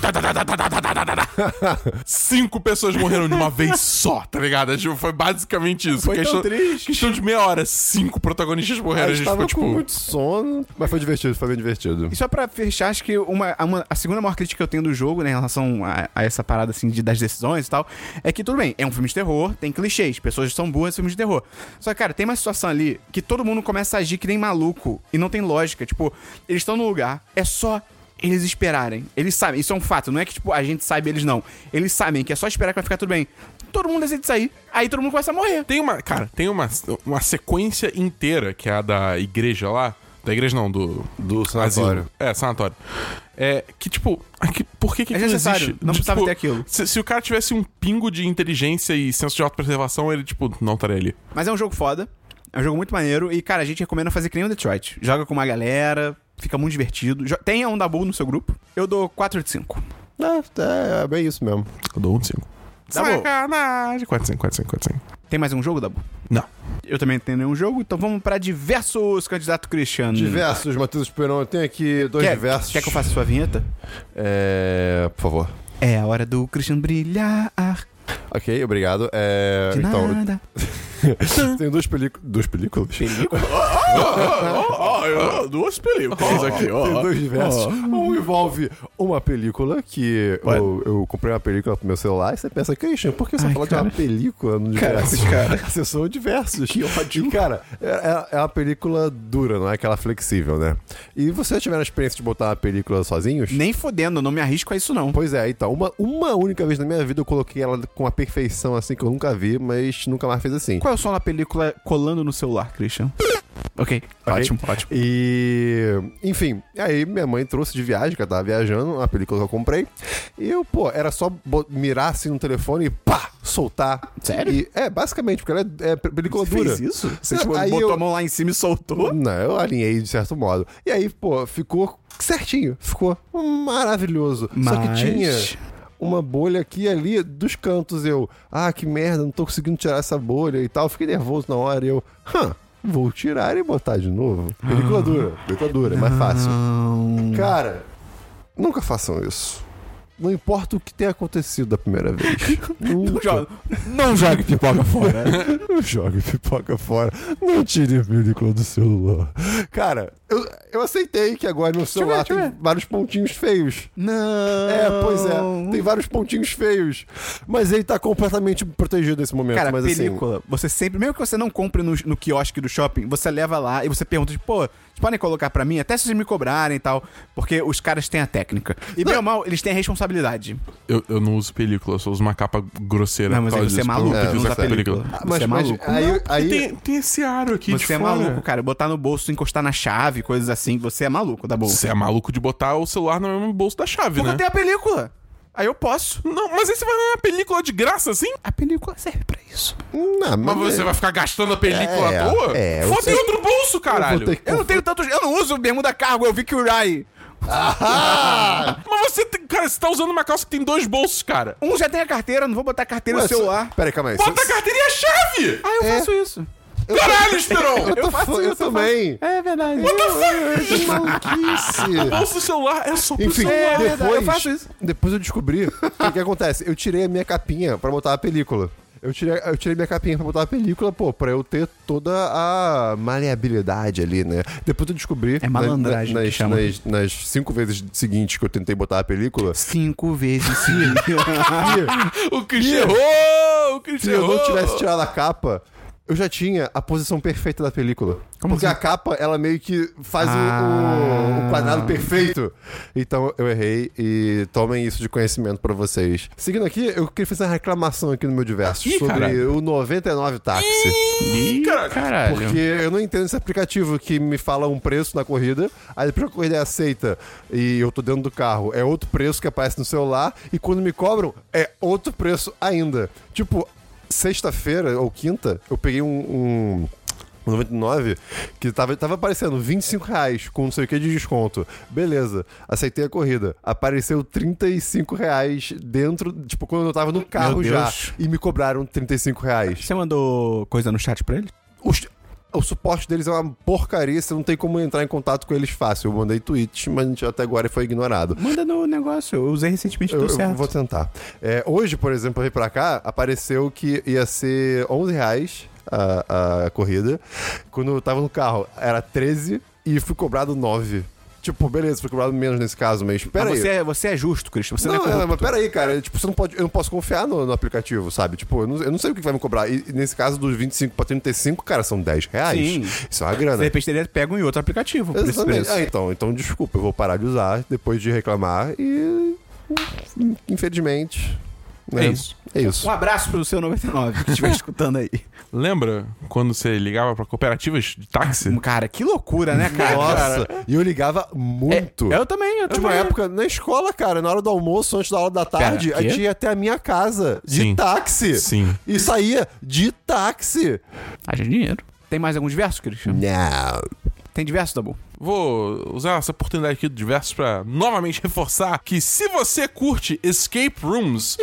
Speaker 3: Tá, tá, tá, tá, tá, tá, tá, tá, tá, tá. Cinco pessoas morreram de uma vez só, tá ligado? Tipo, foi basicamente isso.
Speaker 1: Foi tão triste.
Speaker 3: Questão de meia hora, cinco protagonistas morreram.
Speaker 2: a
Speaker 3: A
Speaker 2: gente
Speaker 3: gente
Speaker 2: tava
Speaker 3: foi,
Speaker 2: com
Speaker 3: tipo...
Speaker 2: muito sono, mas foi divertido, foi bem divertido.
Speaker 1: E só pra fechar, acho que uma, a, uma- a segunda maior crítica que eu tenho do jogo, né, em relação a, a essa parada, assim, de, das decisões e tal, é que, tudo bem, é um filme de terror, tem clichês, pessoas são burras em filmes de terror. Só que, cara, tem uma situação ali que todo mundo começa a agir que nem maluco e não tem lógica. Tipo, eles estão no lugar, é só eles esperarem. Eles sabem, isso é um fato, não é que, tipo, a gente sabe, eles não. Eles sabem que é só esperar que vai ficar tudo bem. Todo mundo decide sair, aí todo mundo começa a morrer.
Speaker 3: Tem uma, cara, tem uma, uma sequência inteira, que é a da igreja lá. Da igreja não, do.
Speaker 2: Do
Speaker 3: Asilo. É, sanatório. É, que tipo, aqui- por que que
Speaker 1: É
Speaker 3: aquilo
Speaker 1: necessário,
Speaker 3: existe?
Speaker 1: não precisava
Speaker 3: Tipo,
Speaker 1: ter aquilo.
Speaker 3: Se, se o cara tivesse um pingo de inteligência e senso de autopreservação, ele, tipo, não estaria ali.
Speaker 1: Mas é um jogo foda. É um jogo muito maneiro. E, cara, a gente recomenda fazer que nem o Detroit. Joga com uma galera, fica muito divertido. Jo- Tenha um Dabu no seu grupo. Eu dou 4 de 5.
Speaker 2: É, é bem isso mesmo.
Speaker 1: Hum.
Speaker 3: Eu dou um de 5.
Speaker 1: Tá bom.
Speaker 3: Sacanagem! 4, 5, 4, 5, 4, 5.
Speaker 1: Tem mais um jogo, Dabu?
Speaker 3: Não.
Speaker 1: Eu também não tenho nenhum jogo, então vamos pra diversos candidato cristiano.
Speaker 2: Diversos, Matheus Esperão, eu tenho aqui dois
Speaker 1: Quer,
Speaker 2: diversos.
Speaker 1: quer que eu faça sua vinheta?
Speaker 2: É. Por favor.
Speaker 1: É a hora do Cristiano brilhar
Speaker 2: Ok, obrigado. É,
Speaker 1: de
Speaker 2: então,
Speaker 1: nada.
Speaker 2: tem duas, pelícu- duas películas.
Speaker 3: Ah, duas películas aqui,
Speaker 2: Tem dois diversos. Um envolve uma película que eu, eu comprei uma película pro meu celular e você pensa, Christian, por que você
Speaker 1: Ai,
Speaker 2: fala de
Speaker 1: cara.
Speaker 2: uma película no
Speaker 1: Cara,
Speaker 2: diverso?
Speaker 1: esses caras.
Speaker 2: Vocês são diversos. Que ódio. E, cara, é, é- é uma película dura, não é aquela flexível, né? E vocês tiveram a experiência de botar uma película sozinhos?
Speaker 1: Nem fodendo, eu não me arrisco a isso não.
Speaker 2: Pois é, então, uma, uma única vez na minha vida eu coloquei ela com a perfeição assim que eu nunca vi, mas nunca mais fez assim.
Speaker 1: Qual é o som na película colando no celular, Christian? ok, ótimo, ótimo.
Speaker 2: E, enfim, aí minha mãe trouxe de viagem, que eu tava viajando, a película que eu comprei. E eu, pô, era só bo- mirar assim no telefone e pá, soltar.
Speaker 1: Sério?
Speaker 2: E- é, basicamente, porque ela é, é película
Speaker 1: Você
Speaker 2: dura.
Speaker 1: fez isso? Você
Speaker 2: Não,
Speaker 1: tipo,
Speaker 2: aí
Speaker 1: botou
Speaker 2: eu-
Speaker 1: a mão lá em cima e soltou?
Speaker 2: Não, eu alinhei de certo modo. E aí, pô, ficou certinho. Ficou hum, maravilhoso. Só que
Speaker 1: Mas-
Speaker 2: tinha uma bolha aqui e ali dos cantos. Eu, ah, que merda, não tô conseguindo tirar essa bolha e tal. Fiquei nervoso na hora. e Eu, hã, vou tirar e botar de novo.
Speaker 1: Ah.
Speaker 2: Película dura, película dura, é mais fácil. Cara, nunca façam isso. Não importa o que tenha acontecido da primeira vez. Nunca.
Speaker 1: Joga- Não jogue pipoca fora.
Speaker 2: Não jogue pipoca fora. Não tire a película do celular. Cara, eu, eu aceitei que agora meu celular
Speaker 1: ver, deixa eu
Speaker 2: tem vários pontinhos feios.
Speaker 1: Não.
Speaker 2: É, pois é. Tem vários pontinhos feios. Mas ele tá completamente protegido nesse momento.
Speaker 1: Cara,
Speaker 2: mas assim,
Speaker 1: película, você sempre, mesmo que você não compre no, no quiosque do shopping, você leva lá e você pergunta, tipo, pô, vocês podem colocar pra mim, até se vocês me cobrarem e tal, porque os caras têm a técnica. E bem ou mal, eles têm a responsabilidade.
Speaker 3: Eu, eu não uso película, eu só uso uma capa grosseira.
Speaker 1: Não, mas
Speaker 3: por
Speaker 1: aí
Speaker 3: causa
Speaker 1: você é
Speaker 3: disso,
Speaker 1: maluco,
Speaker 3: porque eu
Speaker 2: é,
Speaker 1: não
Speaker 3: uso
Speaker 1: usa
Speaker 2: essa
Speaker 1: película.
Speaker 2: assim.
Speaker 1: Você
Speaker 2: Mas,
Speaker 1: é
Speaker 2: mas
Speaker 1: maluco.
Speaker 2: aí, aí
Speaker 3: Tem, tem esse aro aqui de
Speaker 1: Você é
Speaker 3: fora.
Speaker 1: maluco, cara. Botar no bolso, encostar na chave, coisas assim, você é maluco
Speaker 2: Tipo,
Speaker 1: da bolsa.
Speaker 3: Você é maluco de botar o celular no mesmo bolso da chave,
Speaker 1: Porque
Speaker 3: né?
Speaker 1: eu tenho a película. Aí eu posso.
Speaker 3: Não, mas aí você vai na película de graça, assim?
Speaker 1: A película serve pra isso.
Speaker 2: Não,
Speaker 3: Mas você vai ficar gastando a película
Speaker 2: É,
Speaker 3: à toa?
Speaker 2: é,
Speaker 3: Foda
Speaker 2: você-
Speaker 3: em outro bolso, caralho.
Speaker 2: vou ter que-
Speaker 1: Eu não tenho tantos. Eu não uso bermuda cargo, eu vi que o Rai.
Speaker 2: Ah!
Speaker 3: Mas você, tem- cara, você tá usando uma calça que tem dois bolsos, cara.
Speaker 1: Um já tem a carteira, não vou botar a carteira
Speaker 2: Ué,
Speaker 1: no celular.
Speaker 2: Pera aí, calma aí.
Speaker 3: Bota a
Speaker 2: Você-
Speaker 3: carteira e a chave!
Speaker 1: Ah, eu
Speaker 2: É.
Speaker 1: faço isso.
Speaker 3: Caralho, Esperon!
Speaker 2: Eu, tô fa- eu também.
Speaker 1: É verdade.
Speaker 2: Que maluquice.
Speaker 3: O bolso do celular é só pro
Speaker 2: Enfim,
Speaker 3: celular.
Speaker 1: é verdade,
Speaker 2: depois,
Speaker 1: eu faço isso.
Speaker 2: depois eu descobri o que acontece. Eu tirei a minha capinha pra botar a película. Eu tirei, eu tirei minha capinha pra botar a película, pô, pra eu ter toda a maleabilidade ali, né? Depois eu descobri.
Speaker 1: É malandragem
Speaker 2: na- na-
Speaker 1: que
Speaker 2: nas,
Speaker 1: chama.
Speaker 2: nas- nas cinco vezes seguintes que eu tentei botar a película.
Speaker 1: Cinco vezes seguidas.
Speaker 3: O Christian errou! O
Speaker 2: Se
Speaker 3: Christian
Speaker 2: eu
Speaker 3: errou!
Speaker 2: não tivesse tirado a capa, eu já tinha a posição perfeita da película. porque a capa, ela meio que faz o- o,
Speaker 1: assim? Ah.
Speaker 2: o quadrado perfeito. Então eu errei e tomem isso de conhecimento pra vocês. Seguindo aqui, eu queria fazer uma reclamação aqui no meu diverso
Speaker 1: Ih,
Speaker 2: sobre
Speaker 1: caralho.
Speaker 2: o 99 táxi.
Speaker 1: Ih,
Speaker 3: caralho.
Speaker 1: caralho.
Speaker 2: Porque eu não entendo esse aplicativo que me fala um preço na corrida, aí depois que a corrida é aceita e eu tô dentro do carro, é outro preço que aparece no celular, e quando me cobram, é outro preço ainda. Tipo, sexta-feira ou quinta, eu peguei um. um 99, que tava, tava aparecendo 25 reais com não sei o que de desconto. Beleza, aceitei a corrida. Apareceu 35 reais dentro, tipo, quando eu tava no carro já.
Speaker 1: Deus.
Speaker 2: E me cobraram 35 reais.
Speaker 1: Você mandou coisa no chat pra ele?
Speaker 2: Os- o suporte deles é uma porcaria, você não tem como entrar em contato com eles fácil. Eu mandei tweets, mas até agora foi ignorado.
Speaker 1: Manda no negócio, eu usei recentemente,
Speaker 2: Eu,
Speaker 1: deu
Speaker 2: eu
Speaker 1: certo.
Speaker 2: vou tentar. É, hoje, por exemplo, eu vim pra cá, apareceu que ia ser 11 reais a, a corrida. Quando eu tava no carro, era 13 e fui cobrado 9. Tipo, beleza, fui cobrado menos nesse caso, mas
Speaker 1: Mas
Speaker 2: peraí.
Speaker 1: você, é- você é justo, Christian. Você não,
Speaker 2: Não,
Speaker 1: é
Speaker 2: é,
Speaker 1: corrupto.
Speaker 2: mas peraí, cara. Tipo, você não pode, eu não posso confiar no, no aplicativo, sabe? Tipo, eu não, eu não sei o que vai me cobrar. E, e nesse caso, dos 25 pra 35, cara, são 10 reais.
Speaker 1: Sim.
Speaker 2: Isso é uma grana.
Speaker 1: De repente ele pega um em outro aplicativo por esse
Speaker 2: Exatamente.
Speaker 1: preço.
Speaker 2: Ah, então, então desculpa, eu vou parar de usar depois de reclamar e. Infelizmente. né?
Speaker 3: É isso.
Speaker 2: É isso.
Speaker 1: Um abraço pro seu 99 que estiver escutando aí.
Speaker 3: Lembra quando você ligava pra cooperativas de táxi?
Speaker 1: Cara, que loucura, né, cara? é,
Speaker 2: Nossa, e eu ligava muito.
Speaker 1: Eu também, eu
Speaker 2: Tinha uma
Speaker 1: também.
Speaker 2: é época na escola, cara, na hora do almoço, antes da aula da tarde,
Speaker 1: Cara,
Speaker 2: a
Speaker 1: quê?
Speaker 2: gente ia até a minha casa de
Speaker 3: Sim.
Speaker 2: táxi.
Speaker 3: Sim.
Speaker 2: E saía de táxi.
Speaker 1: Haja Ah, é dinheiro. Tem mais alguns versos, Christian?
Speaker 2: Não.
Speaker 1: Tem diversos, Dabu?
Speaker 3: Vou usar essa oportunidade aqui do Diversos pra novamente reforçar que se você curte Escape Rooms,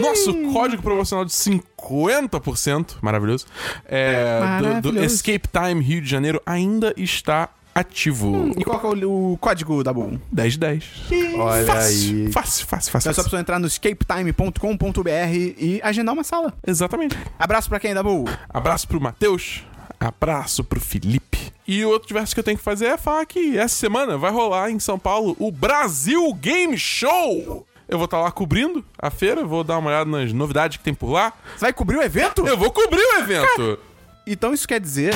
Speaker 3: nosso código promocional de 50%, maravilhoso, é, do- do,
Speaker 1: Maravilhoso.
Speaker 3: Escape Time Rio de Janeiro ainda está ativo.
Speaker 1: E qual que é o, o código, Dabu?
Speaker 3: 10 de 10.
Speaker 2: Olha
Speaker 3: fácil,
Speaker 2: aí.
Speaker 3: fácil, fácil, fácil,
Speaker 1: É só
Speaker 3: fácil.
Speaker 1: pra você entrar no escapetime.com.br e agendar uma sala.
Speaker 3: Exatamente.
Speaker 1: Abraço pra quem, Dabu?
Speaker 3: Abraço pro Matheus, abraço pro Felipe. E o outro diverso que eu tenho que fazer é falar que essa semana vai rolar em São Paulo o Brasil Game Show. Eu vou estar lá cobrindo a feira, vou dar uma olhada nas novidades que tem por lá.
Speaker 1: Você vai cobrir o evento?
Speaker 3: Eu vou cobrir o evento.
Speaker 1: Então isso quer dizer...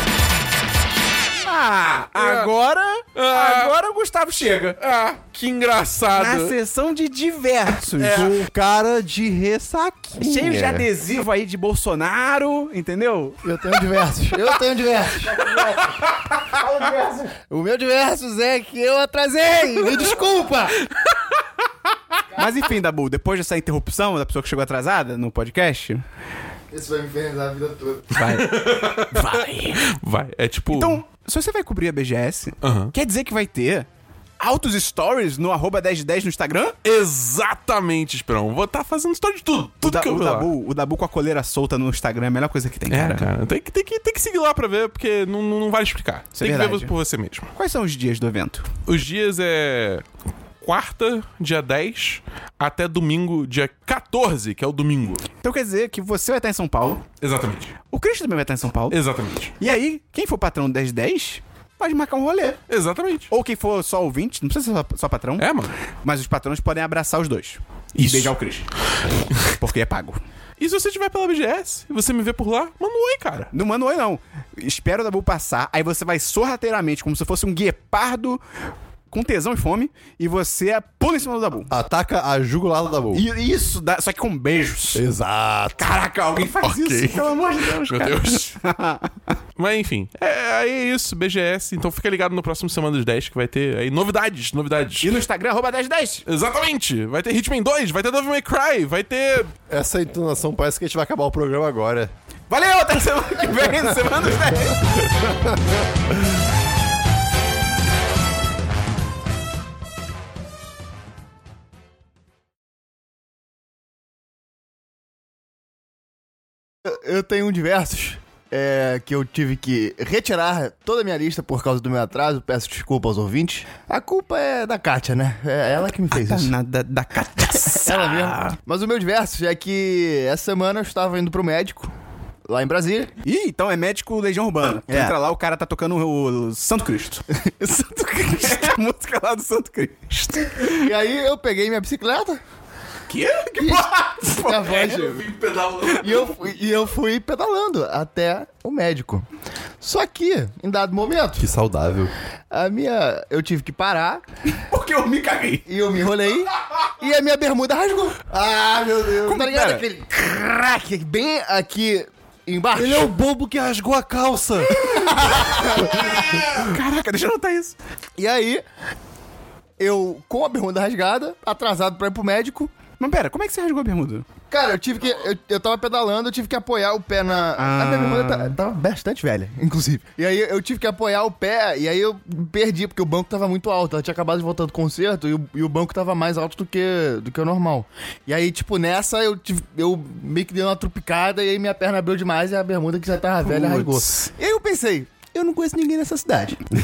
Speaker 1: Ah, agora...
Speaker 3: Ah.
Speaker 1: Agora o Gustavo chega.
Speaker 3: Ah, que engraçado.
Speaker 1: Na sessão de diversos.
Speaker 2: Com Um cara de ressaquinha.
Speaker 1: Cheio de adesivo aí de Bolsonaro, entendeu?
Speaker 5: Eu tenho diversos. Eu tenho diversos. o meu diversos é que eu atrasei. Me desculpa.
Speaker 1: Mas enfim, Dabu, depois dessa interrupção da pessoa que chegou atrasada no podcast, então,
Speaker 5: Isso vai me infernizar a vida toda.
Speaker 1: vai. vai.
Speaker 3: Vai, é tipo.
Speaker 1: Então, se você vai cobrir a BGS,
Speaker 3: Aham.
Speaker 1: quer dizer que vai ter altos stories no arroba 1010 no Instagram?
Speaker 3: Exatamente, Esperão. Vou estar fazendo história de tudo.
Speaker 1: O,
Speaker 3: Tudo
Speaker 1: da,
Speaker 3: que eu
Speaker 1: o,
Speaker 3: vi lá.
Speaker 1: Dabu, o Dabu com a coleira solta no Instagram é a melhor coisa que tem,
Speaker 3: É,
Speaker 1: cara.
Speaker 3: cara, tem que, tem, que, tem que seguir lá pra ver, porque não, não, não vale explicar.
Speaker 1: Isso é
Speaker 3: tem que ver
Speaker 1: verdade.
Speaker 3: por você mesmo.
Speaker 1: Quais são os dias do evento?
Speaker 3: Os dias é quarta, dia 10, até domingo, dia 14, que é o domingo.
Speaker 1: Então quer dizer que você vai estar em São Paulo,
Speaker 3: Exatamente.
Speaker 1: o Christian também vai estar em São Paulo,
Speaker 3: Exatamente.
Speaker 1: e aí, quem for patrão do 1010 pode marcar um rolê.
Speaker 3: Exatamente.
Speaker 1: Ou quem for só ouvinte, não precisa ser só, só patrão,
Speaker 3: É, mano.
Speaker 1: mas os patrões podem abraçar os dois. E
Speaker 3: Isso.
Speaker 1: beijar o Christian. Porque é pago.
Speaker 3: E se você estiver pela BGS e você me vê por lá, manda um oi, cara.
Speaker 1: Não manda oi, não. Espera o Dabu passar, aí você vai sorrateiramente, como se fosse um guepardo com tesão e fome, e você é pula em cima do Dabu.
Speaker 2: Ataca a jugular da boca.
Speaker 1: E isso, dá, só que com beijos.
Speaker 2: Exato.
Speaker 1: Caraca, alguém faz
Speaker 3: Ok.
Speaker 1: isso, pelo amor de Deus,
Speaker 3: Meu
Speaker 1: cara.
Speaker 3: Deus. Mas enfim, é, aí é isso, BGS. Então fica ligado no próximo Semana dos 10 que vai ter aí novidades, novidades.
Speaker 1: E no Instagram, arroba 1010.
Speaker 3: Exatamente! Vai ter Hitman 2, vai ter Devil May Cry, vai ter.
Speaker 2: Essa entonação parece que a gente vai acabar o programa agora.
Speaker 1: Valeu, até semana que vem, no Semana dos 10.
Speaker 5: Eu tenho um diversos é, que eu tive que retirar toda a minha lista por causa do meu atraso. Peço desculpa aos ouvintes. A culpa é da Kátia, né? É ela que me fez isso.
Speaker 1: Tá Nada da cachaça.
Speaker 5: Ela mesmo. Mas o meu diversos é que essa semana eu estava indo pro médico, lá em Brasília.
Speaker 1: Ih, então é médico Legião Urbana. Tu
Speaker 5: É.
Speaker 1: Entra lá, o cara tá tocando o Santo Cristo. Santo Cristo. É a música lá do Santo Cristo.
Speaker 5: E aí eu peguei minha bicicleta.
Speaker 1: quê? Que é? porra?
Speaker 5: É a voz. E eu, fui- e eu fui pedalando até o médico. Só que, em dado momento,
Speaker 2: Que saudável.
Speaker 5: a minha. Eu tive que parar
Speaker 1: Porque eu me caguei.
Speaker 5: e eu me enrolei e a minha bermuda rasgou. Ah, meu Deus.
Speaker 1: Como-
Speaker 5: tá ligado?
Speaker 1: pera.
Speaker 5: Aquele crack bem aqui embaixo.
Speaker 2: Ele é o bobo que rasgou a calça.
Speaker 1: Caraca, deixa eu notar isso.
Speaker 5: E aí, eu, com a bermuda rasgada, atrasado pra ir pro médico.
Speaker 1: Mas pera, como é que você rasgou a bermuda?
Speaker 5: Cara, eu tive que. Eu, eu tava pedalando, eu tive que apoiar o pé na. A minha bermuda tá- tava bastante velha, inclusive. E aí eu tive que apoiar o pé, e aí eu perdi, porque o banco tava muito alto. Ela tinha acabado de voltar do concerto e o, e o banco tava mais alto do que, do que o normal. E aí, tipo, nessa eu, tive, eu meio que dei uma trupicada e aí minha perna abriu demais e a bermuda que já tava velha rasgou.
Speaker 1: Putz.
Speaker 5: E aí eu pensei. Eu não conheço ninguém nessa cidade.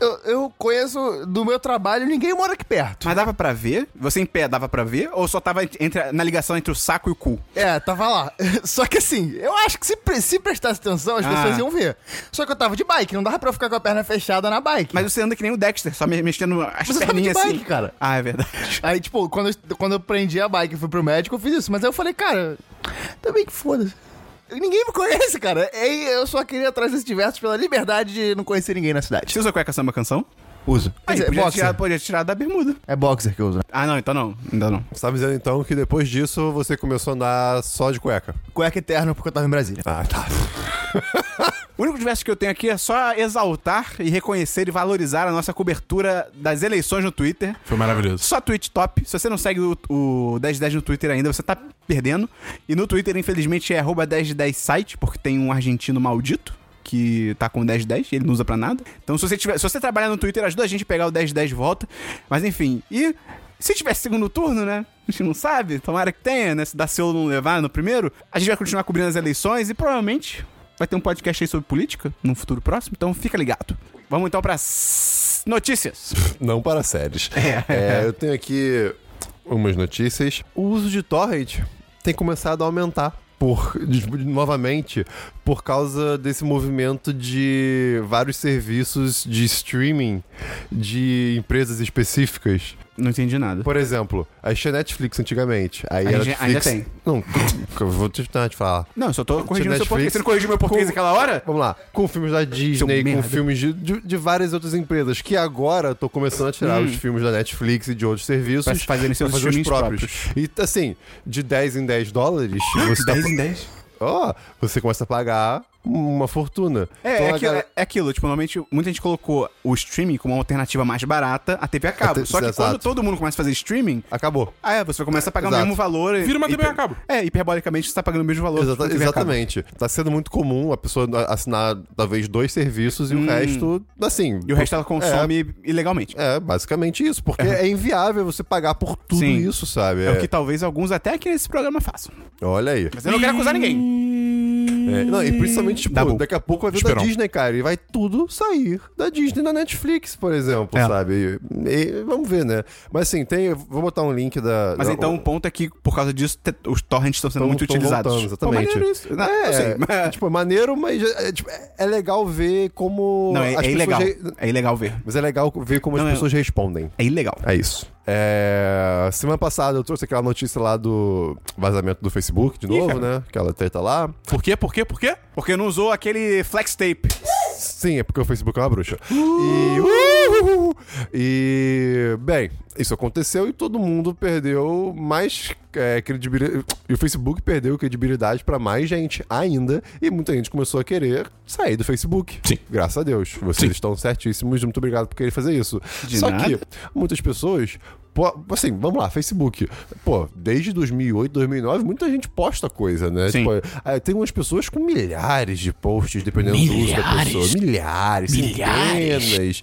Speaker 5: eu, eu conheço do meu trabalho, ninguém mora aqui perto.
Speaker 1: Mas dava pra ver? Você em pé dava pra ver? Ou só tava entre, na ligação entre o saco e o cu?
Speaker 5: É, tava lá. Só que assim, eu acho que se, pre- se prestasse atenção, as
Speaker 1: Ah.
Speaker 5: pessoas iam ver. Só que eu tava de bike, não dava pra eu ficar com a perna fechada na bike.
Speaker 1: Mas você anda que nem o Dexter, só me- mexendo as
Speaker 5: Mas eu tava de
Speaker 1: perninhas assim.
Speaker 5: bike, cara.
Speaker 1: Ah, é verdade.
Speaker 5: Aí, tipo, quando eu, quando eu prendi a bike e fui pro médico, eu fiz isso. Mas aí eu falei, cara, também que foda-se. Ninguém me conhece, cara. E eu só queria atrás desses diversos pela liberdade de não conhecer ninguém na cidade.
Speaker 1: Você usa cueca samba canção?
Speaker 5: Uso.
Speaker 1: Aí,
Speaker 5: é
Speaker 1: podia,
Speaker 5: boxer.
Speaker 1: tirar, podia tirar da bermuda.
Speaker 5: É boxer que eu uso.
Speaker 1: Ah, não, então não. Ainda não.
Speaker 2: Você tá me dizendo então que depois disso você começou a andar só de cueca.
Speaker 5: Cueca eterna porque eu tava em Brasília.
Speaker 2: Ah, tá.
Speaker 1: O único diverso que eu tenho aqui é só exaltar e reconhecer e valorizar a nossa cobertura das eleições no Twitter.
Speaker 3: Foi maravilhoso.
Speaker 1: Só tweet top. Se você não segue o, o 1010 no Twitter ainda, você tá perdendo. E no Twitter, infelizmente, é arroba 1010 site, porque tem um argentino maldito que tá com o 1010 e ele não usa pra nada. Então, se você, tiver, se você trabalhar no Twitter, ajuda a gente a pegar o 1010 de volta. Mas, enfim. E se tiver segundo turno, né? A gente não sabe. Tomara que tenha, né? Se dá seu não levar no primeiro. A gente vai continuar cobrindo as eleições e provavelmente vai ter um podcast aí sobre política num futuro próximo. Então, fica ligado. Vamos então pra s- notícias.
Speaker 2: Não para séries. É, eu tenho aqui umas notícias. O uso de torrent tem começado a aumentar. Por, de- novamente, por causa desse movimento de vários serviços de streaming de empresas específicas.
Speaker 1: Não entendi nada.
Speaker 2: Por exemplo, aí tinha Netflix antigamente. Aí
Speaker 1: Aí
Speaker 2: a
Speaker 1: já-
Speaker 2: Netflix...
Speaker 1: ainda tem.
Speaker 2: Não, eu vou tentar te falar.
Speaker 1: Não, eu só tô corrigindo
Speaker 2: é Netflix.
Speaker 1: seu português. Você não corrigiu meu português
Speaker 2: Com-
Speaker 1: naquela hora?
Speaker 2: Vamos lá, com filmes da Disney, com
Speaker 1: merda.
Speaker 2: filmes de, de- de várias outras empresas, que agora estão começando a tirar os filmes da Netflix e de outros serviços.
Speaker 1: Pra se Hum. fazerem seus
Speaker 2: pra
Speaker 1: streamings
Speaker 2: E assim, de 10 em 10 dólares, você, tá-
Speaker 1: 10 em 10?
Speaker 2: ó, você começa a pagar uma fortuna.
Speaker 1: É,
Speaker 2: Então
Speaker 1: é,
Speaker 2: a
Speaker 1: aquilo,
Speaker 2: galera-
Speaker 1: é aquilo. Tipo, normalmente muita gente colocou o streaming como uma alternativa mais barata à TV a cabo.
Speaker 2: A te-
Speaker 1: Só que quando
Speaker 2: exato.
Speaker 1: todo mundo começa a fazer streaming,
Speaker 2: Acabou.
Speaker 1: ah, é, você começa a pagar o
Speaker 2: Exato.
Speaker 1: mesmo valor. e-
Speaker 3: Vira uma TV
Speaker 1: hiper-
Speaker 3: a cabo.
Speaker 1: É, hiperbolicamente você tá pagando o mesmo valor.
Speaker 2: Exata-
Speaker 1: que uma TV a cabo.
Speaker 2: exatamente. Tá sendo muito comum a pessoa assinar talvez dois serviços e o resto, assim.
Speaker 1: Hum. E o resto ela consome ilegalmente.
Speaker 2: É, basicamente isso, porque é inviável você pagar por tudo
Speaker 1: Sim.
Speaker 2: isso, sabe? É,
Speaker 1: É. o que talvez alguns até aqui nesse programa façam.
Speaker 2: Olha aí.
Speaker 1: Mas eu não quero acusar ninguém.
Speaker 2: É, não, e principalmente, tipo,
Speaker 1: Dabu.
Speaker 2: daqui a pouco vai vir da
Speaker 3: Esperon.
Speaker 2: Disney, cara. E vai tudo sair da Disney na Netflix, por exemplo,
Speaker 1: É.
Speaker 2: sabe? E- e vamos ver, né? Mas assim, tem. eu Vou botar um link da.
Speaker 1: Mas
Speaker 2: da-
Speaker 1: então o ponto é que, por causa disso, te- os torrents estão sendo
Speaker 2: tão-
Speaker 1: muito
Speaker 2: tão
Speaker 1: utilizados.
Speaker 2: voltando, exatamente.
Speaker 1: Pô, maneiro isso. Não, assim,
Speaker 2: É,
Speaker 1: eu sei, mas-
Speaker 2: tipo, é maneiro, mas é, é, tipo, é- é legal ver como.
Speaker 1: não, é,
Speaker 2: Tipo, as
Speaker 1: é
Speaker 2: pessoas
Speaker 1: ilegal.
Speaker 2: re-
Speaker 1: É ilegal ver.
Speaker 2: Mas é legal ver como
Speaker 1: Não,
Speaker 2: as
Speaker 1: é-
Speaker 2: pessoas respondem.
Speaker 1: É ilegal.
Speaker 2: É isso. É, semana passada eu trouxe aquela notícia lá do vazamento do Facebook, de novo, né? Aquela treta lá.
Speaker 3: Por quê? Por quê? Por quê?
Speaker 1: Porque não usou aquele flex tape.
Speaker 2: Sim, é porque o Facebook é uma bruxa.
Speaker 1: Uh!
Speaker 2: E. Uhul! E. Bem, isso aconteceu e todo mundo perdeu mais é, credibilidade. E o Facebook perdeu credibilidade pra mais gente ainda. E muita gente começou a querer sair do Facebook.
Speaker 3: Sim.
Speaker 2: Graças a Deus. Vocês
Speaker 3: Sim.
Speaker 2: estão certíssimos. Muito obrigado por querer fazer isso.
Speaker 1: De
Speaker 2: Só
Speaker 1: nada.
Speaker 2: que muitas pessoas. pô, Assim, vamos lá, Facebook. Pô, desde 2008, 2009, muita gente posta coisa, né?
Speaker 1: Sim.
Speaker 2: Tipo, ah, tem umas pessoas com milhares de posts, dependendo do uso da pessoa. Milhares, milhares. centenas,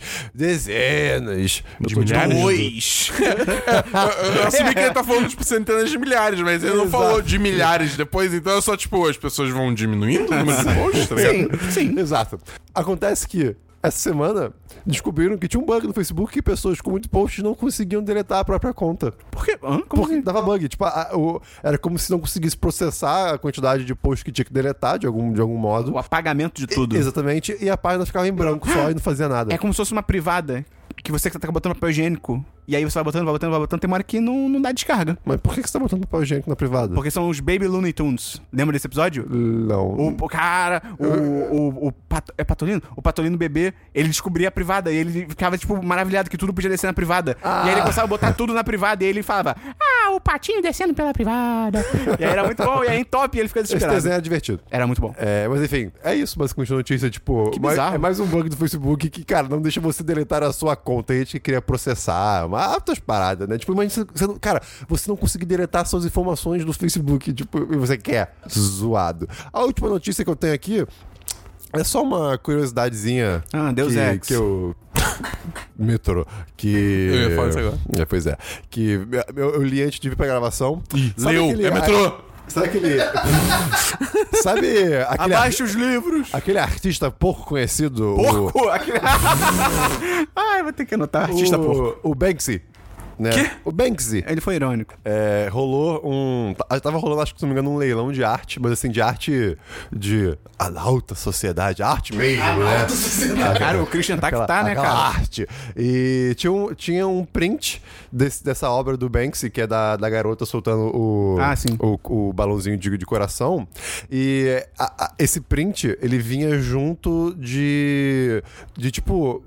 Speaker 2: dezenas.
Speaker 3: De
Speaker 2: Eu tô, tipo,
Speaker 3: milhares?
Speaker 1: Pois.
Speaker 3: Eu, eu assumi que ele tá falando, tipo, centenas de milhares, mas ele não
Speaker 2: Exato.
Speaker 3: falou de milhares depois, então é só, tipo, as pessoas vão diminuindo o número de posts, tá ligado?
Speaker 2: Sim, sim. Exato. Acontece que essa semana descobriram que tinha um bug no Facebook que pessoas com muitos posts não conseguiam deletar a própria conta.
Speaker 1: Por quê? Hã? Como
Speaker 2: Porque
Speaker 1: assim?
Speaker 2: dava bug. Tipo, a- a- o- era como se não conseguisse processar a quantidade de posts que tinha que deletar de algum, de algum modo.
Speaker 1: O apagamento de tudo.
Speaker 2: Exatamente. E a página ficava em branco só e não fazia nada.
Speaker 1: É como se fosse uma privada que você tá botando papel higiênico, e aí você vai botando, vai botando, vai botando, tem uma hora que não, não dá descarga.
Speaker 2: Mas por que que você tá botando papel higiênico na privada?
Speaker 1: Porque são os Baby Looney Tunes. Lembra desse episódio?
Speaker 2: Não.
Speaker 1: O, o cara, o, o, o Pato- é Patolino? O Patolino bebê, ele descobria a privada e ele ficava, tipo, maravilhado que tudo podia descer na privada. E aí ele começava a botar tudo na privada e ele falava,
Speaker 4: Ah, o patinho descendo pela privada.
Speaker 1: e aí era muito bom, e aí em top ele fica
Speaker 2: Esse
Speaker 1: desesperado.
Speaker 2: desenho é divertido.
Speaker 1: Era muito bom.
Speaker 2: É, mas enfim, é isso basicamente a notícia. Tipo, mais-
Speaker 1: bizarro.
Speaker 2: é mais um bug do Facebook que, cara, não deixa você deletar a sua conta. Tem gente que queria processar, mas altas paradas, né? Tipo, imagina, você, você não- cara, você não conseguir deletar suas informações do Facebook, tipo, e você quer. Zoado. A última notícia que eu tenho aqui é só uma curiosidadezinha.
Speaker 1: Ah, Deus
Speaker 2: que,
Speaker 1: Ex.
Speaker 2: Que eu. Metrô. Que.
Speaker 3: Eu ia falar isso agora.
Speaker 2: É, pois é. Que eu, eu li antes de vir pra gravação. Sabe
Speaker 3: Leu,
Speaker 2: aquele-
Speaker 3: é metrô.
Speaker 2: Sabe aquele. Sabe aquele.
Speaker 1: Abaixa os livros!
Speaker 2: Aquele artista pouco conhecido. O,
Speaker 1: Porco! Aquele... Ai, vou ter que anotar. Artista
Speaker 2: o,
Speaker 1: porco.
Speaker 2: O Banksy. Né? O Banksy.
Speaker 1: Ele foi irônico.
Speaker 2: É, rolou um. t- Tava rolando, acho que se não me engano, um leilão de arte, mas assim, de arte de a alta sociedade, arte mesmo, né?
Speaker 1: Cara, o Christian tá que
Speaker 2: Aquela-
Speaker 1: tá, né,
Speaker 2: aquela
Speaker 1: cara?
Speaker 2: arte. E tinha um, tinha um print desse- dessa obra do Banksy, que é da, da garota soltando o,
Speaker 1: Ah, sim.
Speaker 2: o, o balãozinho de, de coração. E a- a- esse print, ele vinha junto de. de tipo.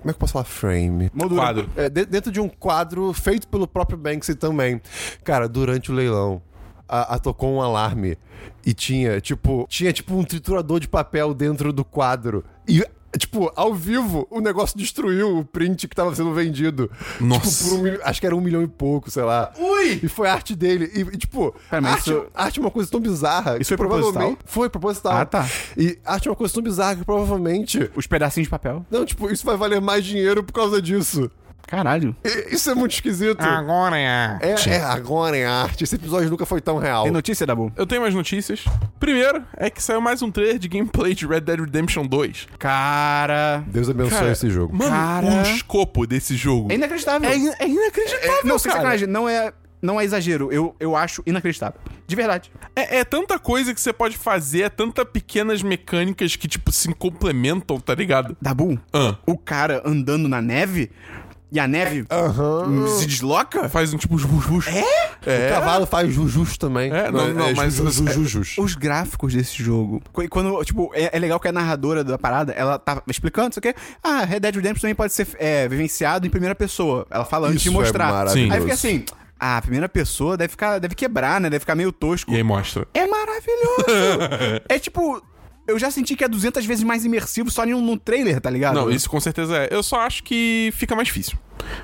Speaker 2: Como é que eu posso falar frame?
Speaker 1: Moldura.
Speaker 3: Quadro.
Speaker 2: É, de- dentro de um quadro feito pelo próprio Banksy também. Cara, durante o leilão, a, a tocou um alarme e tinha, tipo, tinha tipo um triturador de papel dentro do quadro. E Tipo, ao vivo, o negócio destruiu o print que tava sendo vendido.
Speaker 3: Nossa.
Speaker 2: Tipo, por um mil- acho que era um milhão e pouco, sei lá. Ui! E foi a arte dele. E, e, tipo,
Speaker 1: Cara, mas
Speaker 2: arte,
Speaker 1: isso-
Speaker 2: arte é uma coisa tão bizarra.
Speaker 1: Isso foi
Speaker 2: que
Speaker 1: proposital?
Speaker 2: Foi proposital.
Speaker 1: Ah, tá.
Speaker 2: E arte é uma coisa tão bizarra que provavelmente...
Speaker 1: Os pedacinhos de papel.
Speaker 2: Não, tipo, isso vai valer mais dinheiro por causa disso.
Speaker 1: Caralho.
Speaker 2: I- Isso é muito esquisito.
Speaker 3: Agora é.
Speaker 2: É, é agora em arte. Esse episódio nunca foi tão real.
Speaker 1: Tem notícia, Dabu?
Speaker 3: Eu tenho mais notícias. Primeiro é que saiu mais um trailer de gameplay de Red Dead Redemption 2.
Speaker 1: Cara...
Speaker 2: Deus abençoe
Speaker 3: Cara,
Speaker 2: esse jogo.
Speaker 3: Mano,
Speaker 1: Cara.
Speaker 3: o escopo desse jogo.
Speaker 1: É inacreditável.
Speaker 3: É in- é inacreditável.
Speaker 1: não, sem
Speaker 3: cara.
Speaker 1: sacanagem, não é, não é exagero. Eu, eu acho inacreditável. De verdade.
Speaker 3: É, é tanta coisa que você pode fazer, é tanta pequenas mecânicas que, tipo, se complementam, tá ligado?
Speaker 1: Dabu,
Speaker 3: Ah,
Speaker 1: o cara andando na neve e a neve hum, se desloca?
Speaker 3: faz um tipo os bus É?
Speaker 2: O cavalo faz jujus também.
Speaker 3: É, não, não, mas-
Speaker 2: jujus, jujus.
Speaker 1: Os gráficos desse jogo. Qu- Quando, tipo, é, é legal que a narradora da parada, ela tá explicando isso aqui. Ah, Red Dead Redemption também pode ser é, vivenciado em primeira pessoa. Ela fala antes de
Speaker 2: Isso é
Speaker 1: mostrar.
Speaker 2: maravilhoso.
Speaker 1: Aí fica assim. Ah, a primeira pessoa deve ficar, deve quebrar, né? Deve ficar meio tosco.
Speaker 3: E aí mostra.
Speaker 1: É maravilhoso! é tipo, eu já senti que é 200 vezes mais imersivo só em um no trailer, tá ligado?
Speaker 3: Não, isso com certeza é. Eu só acho que fica mais difícil.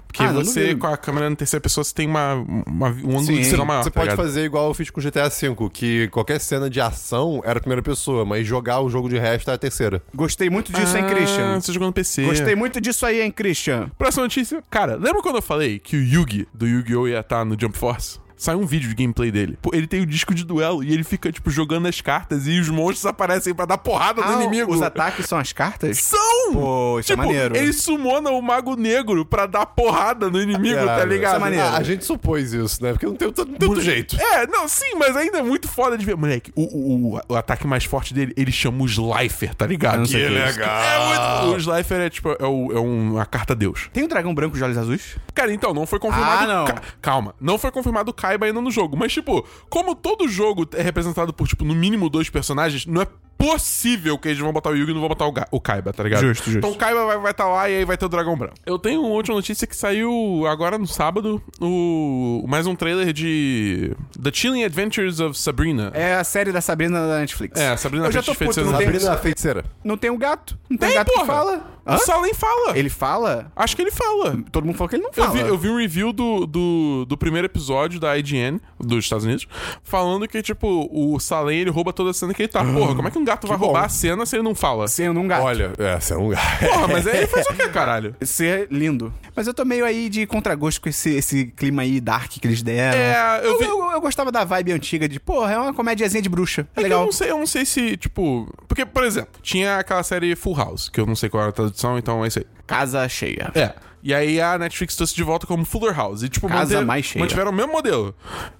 Speaker 3: Porque
Speaker 1: Ah, não
Speaker 3: você,
Speaker 1: duvido.
Speaker 3: com a câmera na terceira pessoa, você tem uma, uma- um ângulo
Speaker 1: Sim,
Speaker 3: de visão maior.
Speaker 2: Você
Speaker 3: tá
Speaker 2: pode
Speaker 3: ligado?
Speaker 2: fazer igual eu fiz com o GTA V, que qualquer cena de ação era a primeira pessoa, mas jogar o jogo de resto é a terceira.
Speaker 1: Gostei muito disso, hein,
Speaker 3: Ah,
Speaker 1: Christian?
Speaker 3: Você jogou no PC.
Speaker 1: Gostei muito disso aí, hein, Christian?
Speaker 3: Próxima notícia. Cara, lembra quando eu falei que o Yugi do Yu-Gi-Oh! ia estar no Jump Force? Saiu um vídeo de gameplay dele. Pô, ele tem o disco de duelo e ele fica, tipo, jogando as cartas e os monstros aparecem pra dar porrada no
Speaker 1: Ah,
Speaker 3: inimigo.
Speaker 1: Os ataques são as cartas?
Speaker 3: São!
Speaker 1: Pô, isso é
Speaker 3: tipo,
Speaker 1: maneiro.
Speaker 3: ele sumona o Mago Negro pra dar porrada no inimigo, tá
Speaker 2: Caralho.
Speaker 3: ligado?
Speaker 1: Isso é maneiro.
Speaker 2: Ah, a gente supôs isso, né? Porque não tem tanto, tanto
Speaker 3: Mole-
Speaker 2: jeito.
Speaker 3: É, não, sim, mas ainda é muito foda de ver. Moleque, o, o, o- o ataque mais forte dele, ele chama o Slifer, tá ligado?
Speaker 1: sei o que é isso.
Speaker 3: É muito... O Slifer é, tipo, é, o- é uma carta deus.
Speaker 1: Tem um dragão branco de olhos azuis?
Speaker 3: Cara, então, não foi confirmado.
Speaker 1: Ah, não.
Speaker 3: Ca- calma, não foi confirmado o Kaiba ainda no jogo. Mas, tipo, como todo jogo é representado por, tipo, no mínimo dois personagens, não é possível que eles vão botar o Yugi e não vão botar o, Ga- o Kaiba, tá ligado?
Speaker 1: Justo, justo.
Speaker 3: Então o Kaiba vai estar lá e aí vai ter o Dragão Branco. Eu tenho uma última notícia que saiu agora no sábado: o mais um trailer de The Chilling Adventures of Sabrina.
Speaker 1: É a série da Sabrina da Netflix.
Speaker 3: É, Sabrina
Speaker 1: Eu já
Speaker 3: Fetiche
Speaker 1: tô puto,
Speaker 3: Feiticeira
Speaker 1: não
Speaker 3: Sabrina.
Speaker 1: tem,
Speaker 2: Sabrina a feiticeira.
Speaker 1: não tem um gato. Não tem,
Speaker 3: Tem,
Speaker 1: gato
Speaker 3: porra.
Speaker 1: que fala.
Speaker 3: O Salem fala.
Speaker 1: Ele fala?
Speaker 3: Acho que ele fala.
Speaker 1: Todo mundo falou que ele não
Speaker 3: Eu
Speaker 1: fala.
Speaker 3: vi, eu vi um review do, do, do primeiro episódio da IGN, dos Estados Unidos, falando que, tipo, o Salem, ele rouba toda a cena que ele tá. Porra, como é que um gato vai roubar a cena se ele não fala?
Speaker 1: Ah, Sendo um gato.
Speaker 2: Olha, essa é um
Speaker 3: Porra, mas aí ele faz o que, caralho?
Speaker 1: Ser é lindo. Mas eu tô meio aí de contragosto com esse, esse clima aí dark que eles deram.
Speaker 3: É, eu
Speaker 1: eu,
Speaker 3: vi-
Speaker 1: eu- eu gostava da vibe antiga de, porra, é uma comediazinha de bruxa. É
Speaker 3: É que
Speaker 1: legal.
Speaker 3: Eu não sei, eu não sei se, tipo. Porque, por exemplo, tinha aquela série Full House, que eu não sei qual era a tradução, então é isso aí.
Speaker 1: Casa cheia.
Speaker 3: É. E aí a Netflix trouxe de volta como Fuller House. E, tipo,
Speaker 1: Casa
Speaker 3: manter-
Speaker 1: mais cheia.
Speaker 3: mantiveram o mesmo modelo.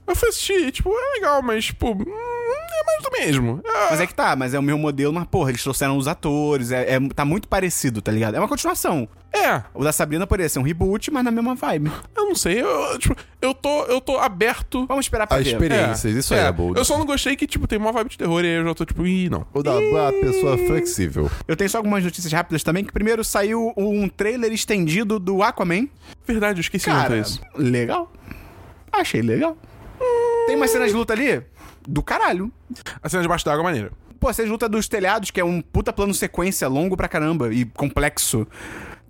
Speaker 3: Eu fui assistir, e, tipo, é legal, mas, tipo, hum, é mais do mesmo. É,
Speaker 1: Mas é que tá, mas é o mesmo modelo, mas porra, eles trouxeram os atores, é, é- tá muito parecido, tá ligado? É uma continuação.
Speaker 3: é,
Speaker 1: O da Sabrina poderia ser um reboot, mas na mesma vibe.
Speaker 3: eu não sei. Eu, eu, tipo, eu tô, eu tô aberto.
Speaker 1: Vamos esperar pra
Speaker 2: A
Speaker 1: ver.
Speaker 2: experiência, isso aí é bom.
Speaker 3: Eu só não gostei que, tipo, tem uma vibe de terror e aí eu já tô, tipo, ih, não.
Speaker 2: O da a pessoa flexível.
Speaker 1: Eu tenho só algumas notícias rápidas também, que primeiro saiu um trailer estendido do Aquaman.
Speaker 3: Verdade, eu esqueci de
Speaker 1: Cara,
Speaker 3: notar isso.
Speaker 1: legal. Achei legal. Tem umas cenas de luta ali do caralho.
Speaker 3: A cena debaixo d'água é maneira.
Speaker 1: Pô, você junta dos telhados, que é um puta plano sequência longo pra caramba e complexo.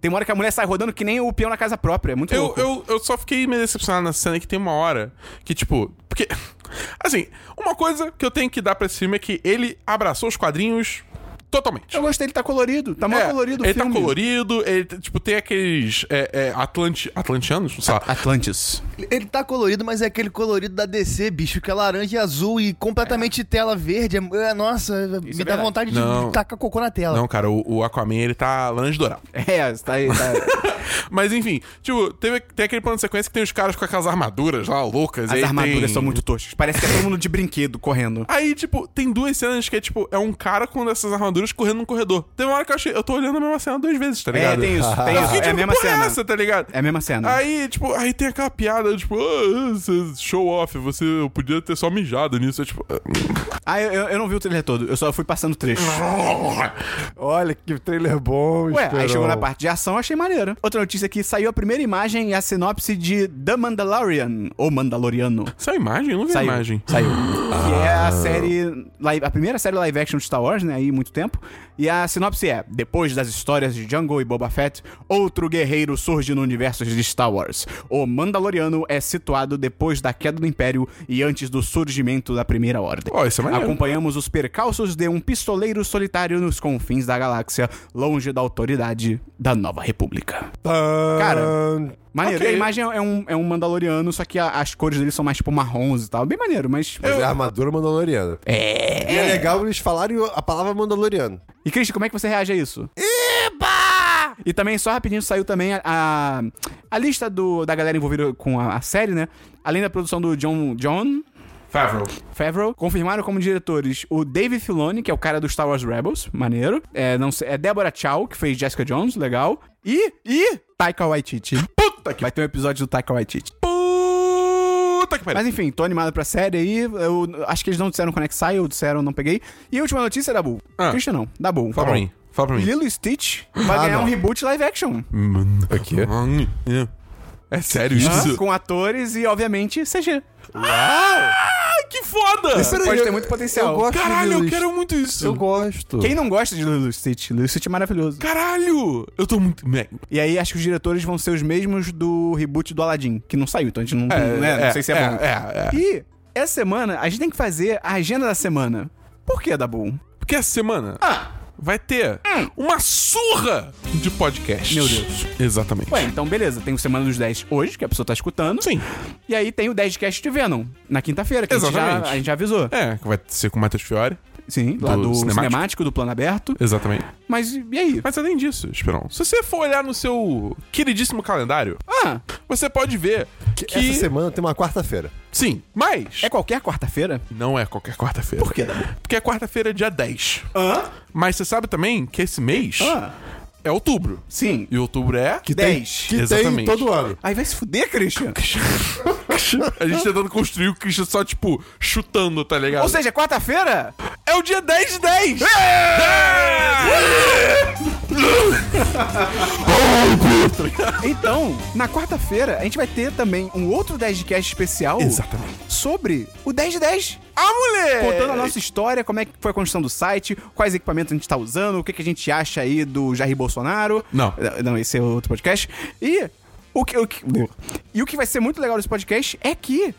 Speaker 1: Tem uma hora que a mulher sai rodando que nem o peão na casa própria. É muito
Speaker 3: Eu,
Speaker 1: louco.
Speaker 3: eu, eu só fiquei meio decepcionado na cena que tem uma hora que, tipo. Porque. Assim, uma coisa que eu tenho que dar pra esse filme é que ele abraçou os quadrinhos totalmente.
Speaker 1: Eu gostei, ele tá colorido. Tá mó
Speaker 3: É,
Speaker 1: colorido o
Speaker 3: ele
Speaker 1: filme.
Speaker 3: tá colorido, ele, tipo, tem aqueles é, é, atlanti, atlantianos, sei
Speaker 1: Ah,
Speaker 3: lá.
Speaker 1: Atlantis.
Speaker 5: Ele tá colorido, mas é aquele colorido da DC, bicho, que é laranja e azul e completamente tela verde. É- é, nossa, me dá
Speaker 1: verdade.
Speaker 5: vontade
Speaker 3: Não.
Speaker 5: de tacar cocô na tela.
Speaker 3: Não, cara, o, o Aquaman, ele tá laranja dourado.
Speaker 1: É, tá aí. Tá...
Speaker 3: Mas, enfim, tipo, teve, tem aquele plano de sequência que tem os caras com aquelas armaduras lá, loucas. e aí
Speaker 1: As
Speaker 3: tem-
Speaker 1: armaduras são muito toscas. Parece que é todo mundo de brinquedo correndo.
Speaker 3: Aí, tipo, tem duas cenas que é, tipo, é um cara com uma dessas armaduras correndo num corredor. Teve uma hora que eu achei... Eu tô olhando a mesma cena duas vezes, tá
Speaker 1: É,
Speaker 3: ligado?
Speaker 1: tem isso, tem
Speaker 3: Eu
Speaker 1: isso.
Speaker 3: fiquei,
Speaker 1: É a
Speaker 3: tipo,
Speaker 1: mesma
Speaker 3: "Porra,
Speaker 1: cena.
Speaker 3: essa, tá ligado?
Speaker 1: É a mesma cena.
Speaker 3: Aí, tipo, aí tem aquela piada, tipo, "Ah, você- show off, você eu podia ter só mijado nisso. É, tipo,
Speaker 1: Ah, eu, eu- eu não vi o trailer todo, eu só fui passando trecho.
Speaker 3: "Ah."
Speaker 2: Olha que trailer bom,
Speaker 1: Ué,
Speaker 2: Esperon.
Speaker 1: aí chegou na parte de ação, achei maneiro. Outra notícia aqui, saiu a primeira imagem e a sinopse de The Mandalorian, ou Mandaloriano.
Speaker 3: saiu imagem? Eu não vi a
Speaker 1: Saiu,
Speaker 3: imagem. Ah.
Speaker 1: saiu. Que é a série, live- a primeira série live action de Star Wars, né, aí há muito tempo. E a sinopse é, depois das histórias de Django e Boba Fett, outro guerreiro surge no universo de Star Wars. O Mandaloriano é situado depois da queda do Império e antes do surgimento da Primeira Ordem.
Speaker 3: Ó, isso é maneiro.
Speaker 1: Acompanhamos os percalços de um pistoleiro solitário nos confins da galáxia, longe da autoridade da Nova República. Cara, maneiro.
Speaker 3: Ok.
Speaker 1: E a imagem é um, é um mandaloriano, só que a- as cores dele são mais tipo marrons e tal. Bem maneiro, mas...
Speaker 2: Mas é a armadura mandaloriana. É. E é legal eles falarem a palavra mandaloriano.
Speaker 1: E, Christian, como é que você reage a isso? Iba! E também, só rapidinho, saiu também a, a, a lista do, da galera envolvida com a, a série, né? Além da produção do John... John...
Speaker 3: Favreau.
Speaker 1: Favreau, confirmaram como diretores o Dave Filoni, que é o cara do Star Wars Rebels, maneiro. É, não sei, é Deborah Chow, que fez Jessica Jones, legal. E, e Taika Waititi.
Speaker 3: Puta que
Speaker 1: Vai ter um episódio do Taika Waititi.
Speaker 3: Puta que pariu.
Speaker 1: Mas enfim, tô animado pra série aí. Eu acho que eles não disseram quando é que sai, ou disseram não peguei. E a última notícia, Dabu.
Speaker 3: Ah.
Speaker 1: Christian não, Dabu.
Speaker 3: Fala pra mim. Ah, Fala pra mim.
Speaker 1: Lilo e Stitch vai ganhar
Speaker 2: não.
Speaker 1: um reboot live action.
Speaker 2: O quê?
Speaker 3: Hum, É sério isso?
Speaker 1: Com atores e, obviamente, CG.
Speaker 3: Ah, que foda!
Speaker 1: Pode ter muito potencial.
Speaker 2: Eu gosto de
Speaker 3: Caralho, eu
Speaker 2: Lilo e
Speaker 3: quero muito isso.
Speaker 2: Stitch. Eu gosto.
Speaker 1: Quem não gosta de Lilo e Stitch? Lilo e Stitch é maravilhoso.
Speaker 3: Caralho! Eu tô muito. Man.
Speaker 1: E aí acho que os diretores vão ser os mesmos do reboot do Aladdin, que não saiu, então a gente não, não, né, não sei se é, bom.
Speaker 3: É, é.
Speaker 1: E essa semana a gente tem que fazer a agenda da semana. Por que, Dabu?
Speaker 3: Porque essa semana
Speaker 1: Ah!
Speaker 3: vai ter uma surra de podcast.
Speaker 1: Hum. Meu Deus.
Speaker 3: Exatamente.
Speaker 1: Ué, então beleza, tem o Semana dos 10 hoje, que a pessoa tá escutando.
Speaker 3: Sim.
Speaker 1: E aí tem o 10 cast de Venom, na quinta-feira, que a gente, já,
Speaker 3: Exatamente.
Speaker 1: a gente já avisou.
Speaker 3: É, que vai ser com o Matheus Fiore.
Speaker 1: Sim, lá
Speaker 3: Do
Speaker 1: do
Speaker 3: Cinemático.
Speaker 1: cinemático. do plano aberto.
Speaker 3: Exatamente.
Speaker 1: Mas e aí?
Speaker 3: Mas além disso, Esperão, se você for olhar no seu queridíssimo calendário,
Speaker 1: Ah,
Speaker 3: você pode ver que.
Speaker 2: Essa semana tem uma quarta-feira.
Speaker 3: Sim, mas.
Speaker 1: é qualquer quarta-feira?
Speaker 3: Não é qualquer quarta-feira.
Speaker 1: Por quê, Dabu?
Speaker 3: Porque é quarta-feira, dia 10.
Speaker 1: Hã?
Speaker 3: Mas você sabe também que esse mês
Speaker 1: Ah,
Speaker 3: é outubro.
Speaker 1: sim.
Speaker 3: E outubro é.
Speaker 2: Que tem-
Speaker 1: 10.
Speaker 2: Que tem
Speaker 3: Exatamente.
Speaker 2: todo ano.
Speaker 1: Aí vai se fuder, Christian.
Speaker 3: A gente tá tentando construir o Christian só, tipo, chutando, tá ligado?
Speaker 1: Ou seja, quarta-feira?
Speaker 3: é o dia 10 de 10! É!
Speaker 1: Então, na quarta-feira, a gente vai ter também um outro 10 de cast especial
Speaker 3: Exatamente.
Speaker 1: sobre o 10 de 10.
Speaker 3: Ah, moleque!
Speaker 1: Contando a nossa história, como é que foi a construção do site, quais equipamentos a gente tá usando, o que, que a gente acha aí do Jair Bolsonaro.
Speaker 3: Não.
Speaker 1: Eh, Não, esse é outro podcast. E o que, o que- e o que vai ser muito legal desse podcast é que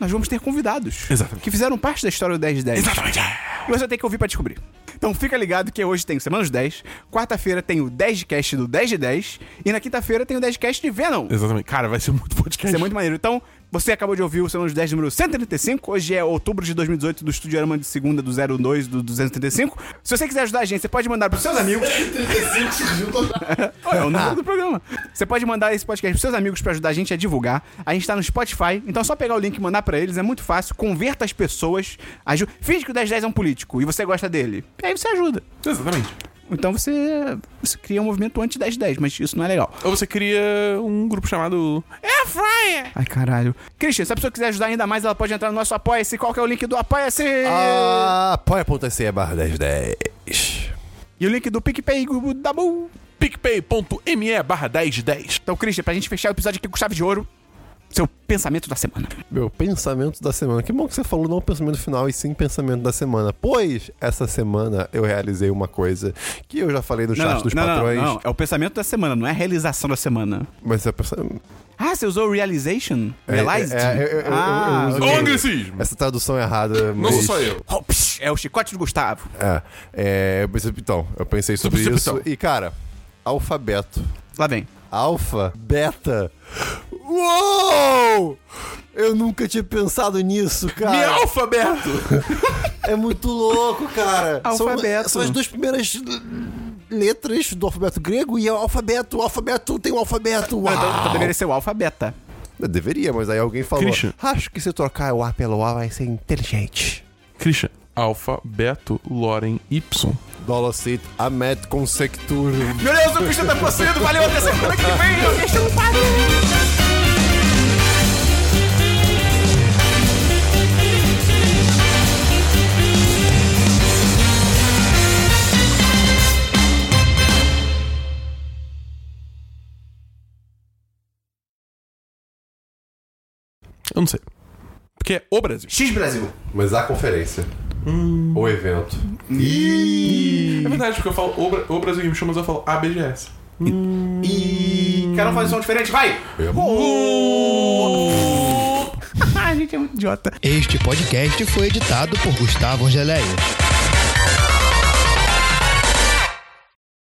Speaker 1: nós vamos ter convidados.
Speaker 3: Exatamente.
Speaker 1: Que fizeram parte da história do 10 de 10.
Speaker 3: Exatamente. é.
Speaker 1: E você tem que ouvir pra descobrir. Então fica ligado que hoje tem o Semana dos 10, quarta-feira tem o 10 de cast do 10 de 10 e na quinta-feira tem o 10 de cast de Venom.
Speaker 3: Exatamente. Cara, vai ser muito podcast.
Speaker 1: Isso é muito maneiro. Então, Você acabou de ouvir o Seu Longe 10 número 135. Hoje é outubro de 2018 do Estúdio Arama de segunda do 02 do 235. Se você quiser ajudar a gente, você pode mandar pros seus amigos. É o número do programa. Você pode mandar esse podcast pros seus amigos pra ajudar a gente a divulgar. A gente tá no Spotify, então é só pegar o link e mandar pra eles, é muito fácil. Converta as pessoas. Aju... Finge que o 1010 é um político e você gosta dele. E aí você ajuda.
Speaker 3: Exatamente.
Speaker 1: Então você, você cria um movimento anti-1010, mas isso não é legal.
Speaker 3: Ou você cria um grupo chamado.
Speaker 4: É Fryer!
Speaker 1: Ai, caralho. Christian, se a pessoa quiser ajudar ainda mais, ela pode entrar no nosso Apoia-se. Qual que é o link do Apoia-se?
Speaker 2: Ah, apoia.se barra 1010.
Speaker 1: E o link do PicPay do Dabu.
Speaker 3: picpay.me barra 1010.
Speaker 1: Então, Christian, pra gente fechar o episódio aqui com chave de ouro, seu pensamento da semana.
Speaker 2: Meu pensamento da semana. Que bom que você falou não pensamento final e sim pensamento da semana. Pois essa semana eu realizei uma coisa que eu já falei no chat dos patrões.
Speaker 1: É o pensamento da semana, não é a realização da semana.
Speaker 2: Mas é pensamento.
Speaker 1: Ah, você usou realization?
Speaker 2: É,
Speaker 1: Realized?
Speaker 2: é, é, eu- eu- eu-
Speaker 1: ah,
Speaker 2: eu uso-
Speaker 3: Ô, anglicismo!
Speaker 2: Essa tradução errada.
Speaker 3: Não sou
Speaker 2: mas-
Speaker 3: só eu.
Speaker 1: Oh, psh, é o chicote do Gustavo.
Speaker 2: É, é, eu pensei- então, eu pensei sobre isso.
Speaker 3: Substituição.
Speaker 2: E, cara, alfabeto.
Speaker 1: Lá vem.
Speaker 2: Alfa, beta. Uou! Eu nunca tinha pensado nisso, cara.
Speaker 3: Me alfabeto!
Speaker 2: É muito louco, cara. São-
Speaker 1: Alfabeto.
Speaker 2: São, as duas primeiras letras do alfabeto grego e é o alfabeto. O alfabeto tem o alfabeto. Uau.
Speaker 1: Então, então deveria ser o alfabeta.
Speaker 2: Deveria, mas aí alguém falou.
Speaker 3: Christian.
Speaker 2: Acho que se trocar o A pelo A vai ser inteligente.
Speaker 3: Christian. Alfa, Beto, Loren, Y.
Speaker 2: Dolocit Amet Consectur.
Speaker 1: Meu Deus, o Christian tá possuído. Valeu, até semana que vem. Eu deixo um padrinho.
Speaker 3: Eu não sei. Porque é o Brasil.
Speaker 1: X Brasil.
Speaker 2: Mas a conferência. O evento.
Speaker 3: É verdade, porque eu falo o, Bra- o Brasil Game Show, mas eu falo ABGS.
Speaker 1: E... Quero fazer um som diferente. Vai!
Speaker 4: Ah, gente, é muito idiota.
Speaker 6: Este podcast foi editado por Gustavo Angeléia.